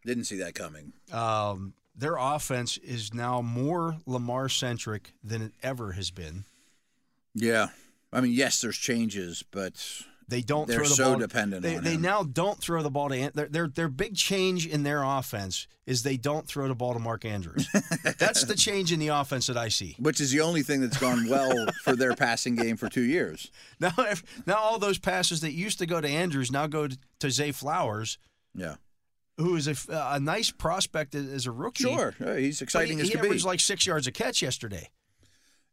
[SPEAKER 3] Didn't see that coming.
[SPEAKER 2] Um, their offense is now more Lamar centric than it ever has been.
[SPEAKER 3] Yeah. I mean, yes, there's changes, but
[SPEAKER 2] They don't
[SPEAKER 3] They're
[SPEAKER 2] throw the
[SPEAKER 3] so
[SPEAKER 2] ball.
[SPEAKER 3] dependent
[SPEAKER 2] they,
[SPEAKER 3] on
[SPEAKER 2] they
[SPEAKER 3] him.
[SPEAKER 2] now don't throw the ball to An- their, their their big change in their offense is they don't throw the ball to Mark Andrews. That's the change in the offense that I see.
[SPEAKER 3] which is the only thing that's gone well for their passing game for two years.
[SPEAKER 2] Now if, now all those passes that used to go to Andrews now go to, to Zay Flowers,
[SPEAKER 3] Yeah.
[SPEAKER 2] who is a, f- a nice prospect a- as a rookie.
[SPEAKER 3] Sure. Yeah, he's
[SPEAKER 2] But he,
[SPEAKER 3] exciting as
[SPEAKER 2] he
[SPEAKER 3] can be.
[SPEAKER 2] averaged like six yards a catch yesterday.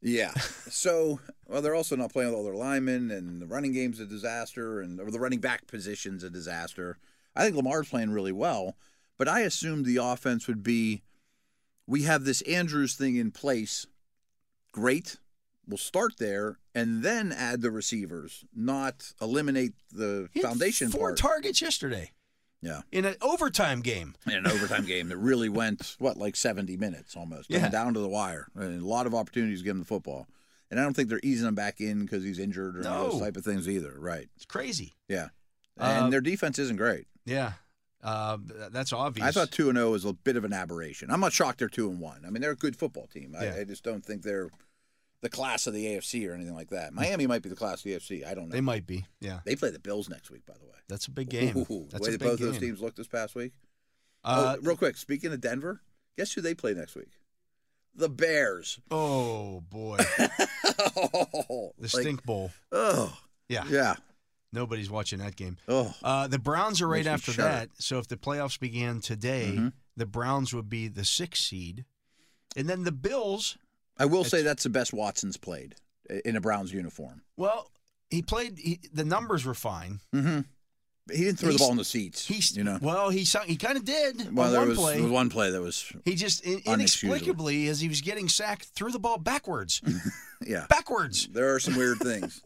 [SPEAKER 3] yeah. So, well, they're also not playing with all their linemen, and the running game's a disaster, and or the running back position's a disaster. I think Lamar's playing really well, but I assumed the offense would be we have this Andrews thing in place. Great. We'll start there and then add the receivers, not eliminate the
[SPEAKER 2] He had
[SPEAKER 3] foundation
[SPEAKER 2] four
[SPEAKER 3] part.
[SPEAKER 2] targets yesterday
[SPEAKER 3] yeah.
[SPEAKER 2] in an overtime game.
[SPEAKER 3] in an overtime game that really went what like 70 minutes almost
[SPEAKER 2] Yeah.
[SPEAKER 3] yeah. down to the wire and a lot of opportunities to give him the football and i don't think they're easing him back in because he's injured or any of those
[SPEAKER 2] No.
[SPEAKER 3] type of things either right
[SPEAKER 2] It's crazy.
[SPEAKER 3] yeah and
[SPEAKER 2] Um,
[SPEAKER 3] their defense isn't great
[SPEAKER 2] Yeah, uh, th- that's obvious.
[SPEAKER 3] i thought 2 and 0 was a bit of an aberration i'm not shocked they're 2 and 1 i mean they're a good football team
[SPEAKER 2] Yeah.
[SPEAKER 3] I, I just don't think they're the class of the afc or anything like that miami might be the class of the afc i don't
[SPEAKER 2] Mm.
[SPEAKER 3] know
[SPEAKER 2] they
[SPEAKER 3] they,
[SPEAKER 2] might be. Yeah,
[SPEAKER 3] play the bills next week by the way
[SPEAKER 2] that's a big game.
[SPEAKER 3] Ooh,
[SPEAKER 2] that's
[SPEAKER 3] way
[SPEAKER 2] a big
[SPEAKER 3] that both
[SPEAKER 2] game.
[SPEAKER 3] those teams looked this past week
[SPEAKER 2] Uh,
[SPEAKER 3] oh, real quick, speaking of Denver, guess who they play next week? The Bears.
[SPEAKER 2] oh boy,
[SPEAKER 3] oh,
[SPEAKER 2] the stink bowl.
[SPEAKER 3] Oh,
[SPEAKER 2] Yeah,
[SPEAKER 3] yeah.
[SPEAKER 2] nobody's watching that game.
[SPEAKER 3] Oh,
[SPEAKER 2] Uh, the Browns are right
[SPEAKER 3] Makes me
[SPEAKER 2] after
[SPEAKER 3] shudder. Mm-hmm.
[SPEAKER 2] that. So if the playoffs began today, the Browns would be the sixth seed, and then the Bills.
[SPEAKER 3] I will say that's the best Watson's played i- in a Browns uniform.
[SPEAKER 2] Well, he played. He, the numbers were fine.
[SPEAKER 3] Mm-hmm. He didn't throw
[SPEAKER 2] He's-
[SPEAKER 3] the ball in the seats.
[SPEAKER 2] He's,
[SPEAKER 3] you know.
[SPEAKER 2] Well, he sung- he kind of did
[SPEAKER 3] Well,
[SPEAKER 2] on
[SPEAKER 3] there
[SPEAKER 2] one
[SPEAKER 3] was
[SPEAKER 2] play.
[SPEAKER 3] there was one play that was
[SPEAKER 2] He just in-
[SPEAKER 3] Unexcusable.
[SPEAKER 2] inexplicably, as he was getting sacked, threw the ball backwards.
[SPEAKER 3] yeah.
[SPEAKER 2] backwards.
[SPEAKER 3] There are some weird things.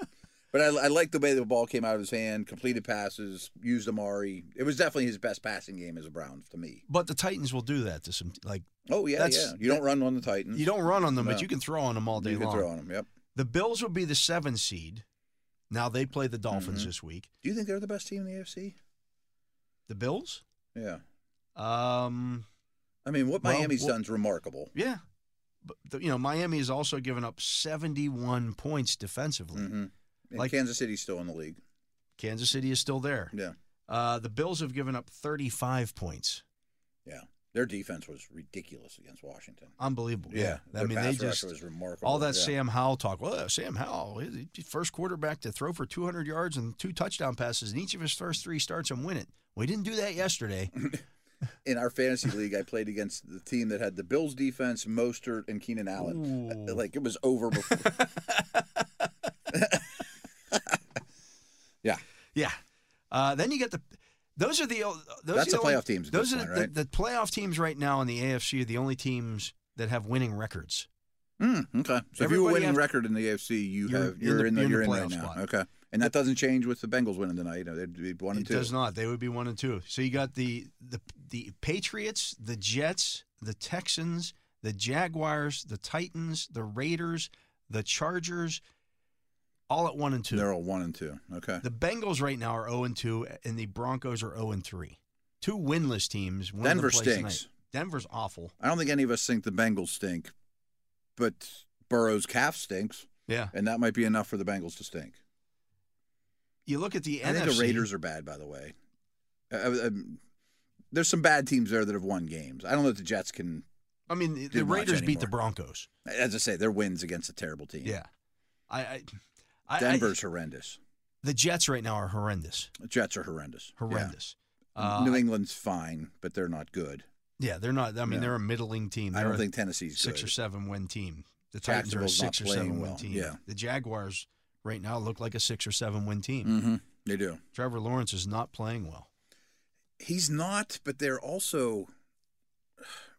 [SPEAKER 3] But I, I like the way the ball came out of his hand, completed passes, used Amari. It was definitely his best passing game as a Browns to me.
[SPEAKER 2] But the Titans will do that to some. Like
[SPEAKER 3] Oh yeah,
[SPEAKER 2] That's-
[SPEAKER 3] yeah. You don't run on the Titans.
[SPEAKER 2] you don't run on them,
[SPEAKER 3] No.
[SPEAKER 2] but you can throw on them all day
[SPEAKER 3] You can
[SPEAKER 2] long.
[SPEAKER 3] throw on them. Yep.
[SPEAKER 2] The Bills will be the seven seed. Now they play the Dolphins
[SPEAKER 3] Mm-hmm.
[SPEAKER 2] this week.
[SPEAKER 3] Do you think they're the best team in the AFC?
[SPEAKER 2] The Bills.
[SPEAKER 3] Yeah.
[SPEAKER 2] Um,
[SPEAKER 3] I mean, what
[SPEAKER 2] Well,
[SPEAKER 3] Miami's
[SPEAKER 2] well-
[SPEAKER 3] done's remarkable.
[SPEAKER 2] yeah, but the, you know Miami has also given up seventy-one points defensively.
[SPEAKER 3] Mhm. And
[SPEAKER 2] Like-
[SPEAKER 3] Kansas City's still in the league.
[SPEAKER 2] Kansas City is still there.
[SPEAKER 3] Yeah.
[SPEAKER 2] Uh, the Bills have given up thirty-five points.
[SPEAKER 3] Yeah. Their defense was ridiculous against Washington.
[SPEAKER 2] Unbelievable.
[SPEAKER 3] Their
[SPEAKER 2] I mean, they
[SPEAKER 3] pass rush
[SPEAKER 2] just
[SPEAKER 3] was remarkable.
[SPEAKER 2] all that
[SPEAKER 3] yeah.
[SPEAKER 2] Sam Howell talk. Well, Sam Howell, he's the first quarterback to throw for 200 yards and two touchdown passes in each of his first three starts and win it. We didn't do that yesterday.
[SPEAKER 3] In our fantasy league, I played against the team that had the Bills defense, Mostert, and Keenan Allen.
[SPEAKER 2] Ooh.
[SPEAKER 3] Like it was over before. yeah.
[SPEAKER 2] yeah. Uh, then you get the. Those are the. o- Those
[SPEAKER 3] That's
[SPEAKER 2] are
[SPEAKER 3] the
[SPEAKER 2] only-
[SPEAKER 3] playoff teams at
[SPEAKER 2] Those
[SPEAKER 3] this
[SPEAKER 2] are
[SPEAKER 3] point,
[SPEAKER 2] the,
[SPEAKER 3] right?
[SPEAKER 2] the playoff teams right now in the AFC are the only teams that have winning records.
[SPEAKER 3] Mm, okay. So if you were
[SPEAKER 2] Everybody
[SPEAKER 3] winning
[SPEAKER 2] has-
[SPEAKER 3] record in the AFC, you
[SPEAKER 2] You're
[SPEAKER 3] have
[SPEAKER 2] in
[SPEAKER 3] you're
[SPEAKER 2] the-
[SPEAKER 3] in the,
[SPEAKER 2] you're
[SPEAKER 3] you're
[SPEAKER 2] in
[SPEAKER 3] in
[SPEAKER 2] the
[SPEAKER 3] right
[SPEAKER 2] playoff
[SPEAKER 3] now.
[SPEAKER 2] spot.
[SPEAKER 3] Okay. And that doesn't change with the Bengals winning tonight. You know, they'd be one and
[SPEAKER 2] it
[SPEAKER 3] two.
[SPEAKER 2] does not. They would be one and two. So you got the the the Patriots, the Jets, the Texans, the Jaguars, the Titans, the Raiders, the Chargers, all at one and 2
[SPEAKER 3] They're all one and two. Okay.
[SPEAKER 2] The Bengals right now are 0 and 2, and the Broncos are 0 and 3. Two winless teams. One of them
[SPEAKER 3] Denver
[SPEAKER 2] plays
[SPEAKER 3] stinks.
[SPEAKER 2] tonight. Denver's awful.
[SPEAKER 3] I don't think any of us think the Bengals stink, but Burrow's calf stinks,
[SPEAKER 2] Yeah.
[SPEAKER 3] and that might be enough for the Bengals to stink.
[SPEAKER 2] You look at the
[SPEAKER 3] I
[SPEAKER 2] NFC.
[SPEAKER 3] think the Raiders are bad, by the way. Uh, uh, um, there's some bad teams there that have won games. I don't know if the Jets can.
[SPEAKER 2] I mean, the, the
[SPEAKER 3] Didn't watch
[SPEAKER 2] Raiders beat the
[SPEAKER 3] anymore.
[SPEAKER 2] Broncos.
[SPEAKER 3] As I say, their wins against a terrible team.
[SPEAKER 2] Yeah. I, I, I
[SPEAKER 3] Denver's horrendous.
[SPEAKER 2] I, the Jets right now are horrendous.
[SPEAKER 3] The Jets are horrendous. Yeah.
[SPEAKER 2] Horrendous. Uh,
[SPEAKER 3] New England's fine, but they're not good.
[SPEAKER 2] Yeah, they're not. I mean,
[SPEAKER 3] No.
[SPEAKER 2] they're a middling team.
[SPEAKER 3] I
[SPEAKER 2] They're
[SPEAKER 3] don't
[SPEAKER 2] a
[SPEAKER 3] think Tennessee's
[SPEAKER 2] six
[SPEAKER 3] good.
[SPEAKER 2] or seven win team. The Titans are a
[SPEAKER 3] Jacksonville's not
[SPEAKER 2] six or
[SPEAKER 3] playing
[SPEAKER 2] seven
[SPEAKER 3] well,
[SPEAKER 2] win team.
[SPEAKER 3] yeah.
[SPEAKER 2] The Jaguars right now look like a six or seven win team.
[SPEAKER 3] Mm-hmm. They do.
[SPEAKER 2] Trevor Lawrence is not playing well.
[SPEAKER 3] He's not, but they're also.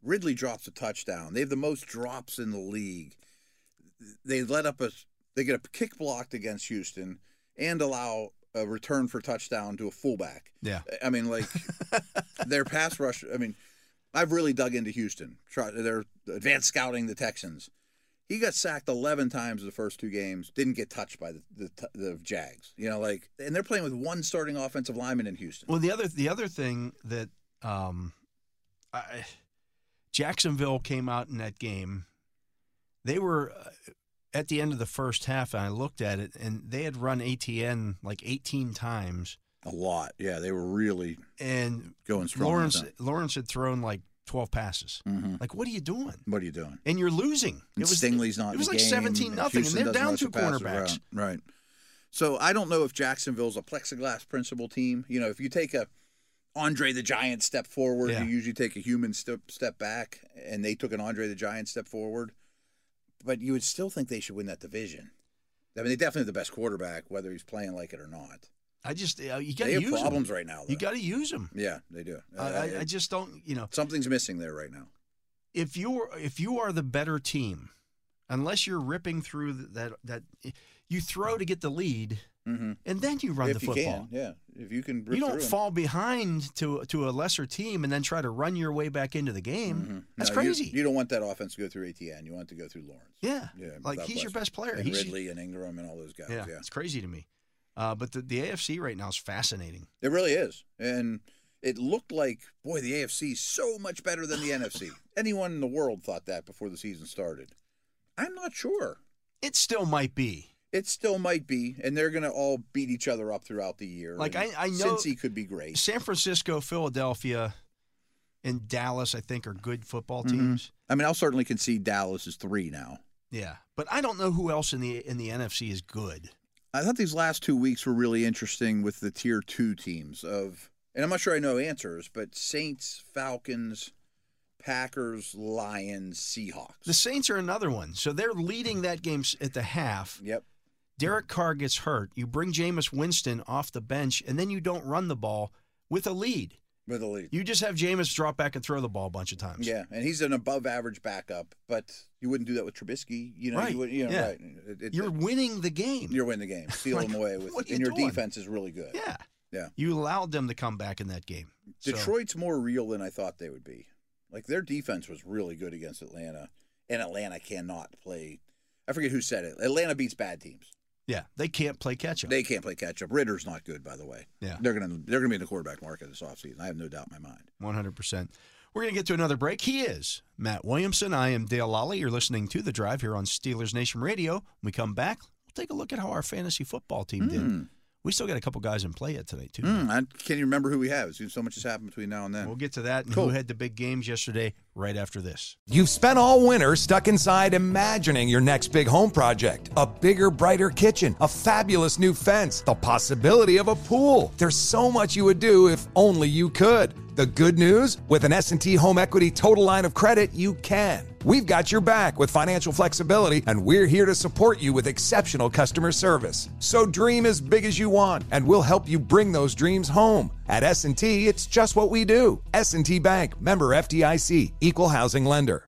[SPEAKER 3] Ridley drops a touchdown. They have the most drops in the league. They let up a. They get a kick blocked against Houston and allow a return for touchdown to a fullback.
[SPEAKER 2] Yeah.
[SPEAKER 3] I mean, like their pass rush. I mean, I've really dug into Houston. Try, they're advanced scouting the Texans. He got sacked 11 times the first two games. Didn't get touched by the the, t- the Jags. You know, like, and they're playing with one starting offensive lineman in Houston.
[SPEAKER 2] Well, the other the other thing that um, I, Jacksonville came out in that game, they were uh, at the end of the first half, and I looked at it, and they had run ATN like 18 times,
[SPEAKER 3] A lot. Yeah, they were really
[SPEAKER 2] and
[SPEAKER 3] going strong.
[SPEAKER 2] Lawrence Lawrence had thrown like 12 passes.
[SPEAKER 3] hmm
[SPEAKER 2] Like, what are you doing?
[SPEAKER 3] What are you doing?
[SPEAKER 2] And you're losing.
[SPEAKER 3] And Stingley's not.
[SPEAKER 2] It
[SPEAKER 3] in
[SPEAKER 2] was
[SPEAKER 3] the
[SPEAKER 2] like
[SPEAKER 3] game,
[SPEAKER 2] 17 nothing, and
[SPEAKER 3] Houston
[SPEAKER 2] they're
[SPEAKER 3] doesn't
[SPEAKER 2] down
[SPEAKER 3] rush
[SPEAKER 2] two
[SPEAKER 3] the passer
[SPEAKER 2] cornerbacks.
[SPEAKER 3] around. Right. So I don't know if Jacksonville's a plexiglass principle team. You know, if you take a Andre the Giant step forward,
[SPEAKER 2] Yeah.
[SPEAKER 3] you usually take a human step step back, and they took an Andre the Giant step forward. But you would still think they should win that division. I mean, they definitely have the best quarterback, whether he's playing like it or not.
[SPEAKER 2] I just uh, you got to
[SPEAKER 3] They have
[SPEAKER 2] use 'em.
[SPEAKER 3] problems right now. Though.
[SPEAKER 2] You got to use them.
[SPEAKER 3] yeah, they do.
[SPEAKER 2] I,
[SPEAKER 3] Uh,
[SPEAKER 2] I, I just don't. You know,
[SPEAKER 3] something's missing there right now.
[SPEAKER 2] if you are if you are the better team, unless you're ripping through th- that that you throw to get the lead, and then you run
[SPEAKER 3] Mm-hmm. if
[SPEAKER 2] the
[SPEAKER 3] you
[SPEAKER 2] football.
[SPEAKER 3] can, yeah. If you can, rip
[SPEAKER 2] You
[SPEAKER 3] through
[SPEAKER 2] don't
[SPEAKER 3] 'em.
[SPEAKER 2] fall behind to to a lesser team and then try to run your way back into the game. That's
[SPEAKER 3] Mm-hmm. No, you-
[SPEAKER 2] crazy.
[SPEAKER 3] You, don't want that offense to go through ATN. You want it to go through Lawrence.
[SPEAKER 2] yeah.
[SPEAKER 3] Yeah,
[SPEAKER 2] like
[SPEAKER 3] without
[SPEAKER 2] he's your
[SPEAKER 3] question.
[SPEAKER 2] best player.
[SPEAKER 3] And
[SPEAKER 2] he's
[SPEAKER 3] Ridley and Ingram and all those guys.
[SPEAKER 2] yeah,
[SPEAKER 3] Yeah,
[SPEAKER 2] it's crazy to me. Uh, but the, the AFC right now is fascinating.
[SPEAKER 3] it really is. And it looked like, boy, the AFC is so much better than the NFC. Anyone in the world thought that before the season started. I'm not sure.
[SPEAKER 2] It still might be.
[SPEAKER 3] It still might be, and they're going to all beat each other up throughout the year.
[SPEAKER 2] Like,
[SPEAKER 3] and
[SPEAKER 2] I- I know-
[SPEAKER 3] Cincy could be great.
[SPEAKER 2] San Francisco, Philadelphia, and Dallas, I think, are good football
[SPEAKER 3] Mm-hmm.
[SPEAKER 2] teams.
[SPEAKER 3] I mean, I'll certainly concede Dallas is three now.
[SPEAKER 2] Yeah, but I don't know who else in the in the NFC is good.
[SPEAKER 3] I thought these last two weeks were really interesting with the tier two teams of, and I'm not sure I know answers, but Saints, Falcons, Packers, Lions, Seahawks.
[SPEAKER 2] The Saints are another one. So they're leading that game s- at the half.
[SPEAKER 3] yep.
[SPEAKER 2] Derek Carr gets hurt. You bring Jameis Winston off the bench, and then you don't run the ball with a lead.
[SPEAKER 3] With the league.
[SPEAKER 2] You just have Jameis drop back and throw the ball a bunch of times.
[SPEAKER 3] Yeah, and he's an above average backup, but you wouldn't do that with Trubisky. You know,
[SPEAKER 2] Right,
[SPEAKER 3] you would, you know,
[SPEAKER 2] yeah.
[SPEAKER 3] right. It- it-
[SPEAKER 2] You're winning the game.
[SPEAKER 3] you're winning the game, steal them away with,
[SPEAKER 2] what are you
[SPEAKER 3] and your
[SPEAKER 2] doing?
[SPEAKER 3] defense is really good.
[SPEAKER 2] yeah.
[SPEAKER 3] Yeah.
[SPEAKER 2] You allowed them to come back in that game. So,
[SPEAKER 3] Detroit's more real than I thought they would be. Like their defense was really good against Atlanta, and Atlanta cannot play. I forget who said it. Atlanta beats bad teams.
[SPEAKER 2] yeah, they can't play catch up.
[SPEAKER 3] They can't play catch up. Ritter's not good, by the way.
[SPEAKER 2] Yeah.
[SPEAKER 3] they're gonna they're gonna be in the quarterback market this offseason. I have no doubt in my mind.
[SPEAKER 2] 100%. We're going to get to another break. He is Matt Williamson. I am Dale Lally. You're listening to The Drive here on Steelers Nation Radio. When we come back, we'll take a look at how our fantasy football team did. We still got a couple guys in play yet today, too.
[SPEAKER 3] Hmm, I can't even remember who we have. It's- So much has happened between now and then.
[SPEAKER 2] We'll get to that and who had the big games yesterday right after this.
[SPEAKER 4] You've spent all winter stuck inside imagining your next big home project. A bigger, brighter kitchen, a fabulous new fence, the possibility of a pool. There's so much you would do if only you could. The good news, with an S&T Home Equity Total Line of Credit, you can. We've got your back with financial flexibility and we're here to support you with exceptional customer service. So dream as big as you want and we'll help you bring those dreams home. At S&T, it's just what we do. S&T Bank, member FDIC, equal housing lender.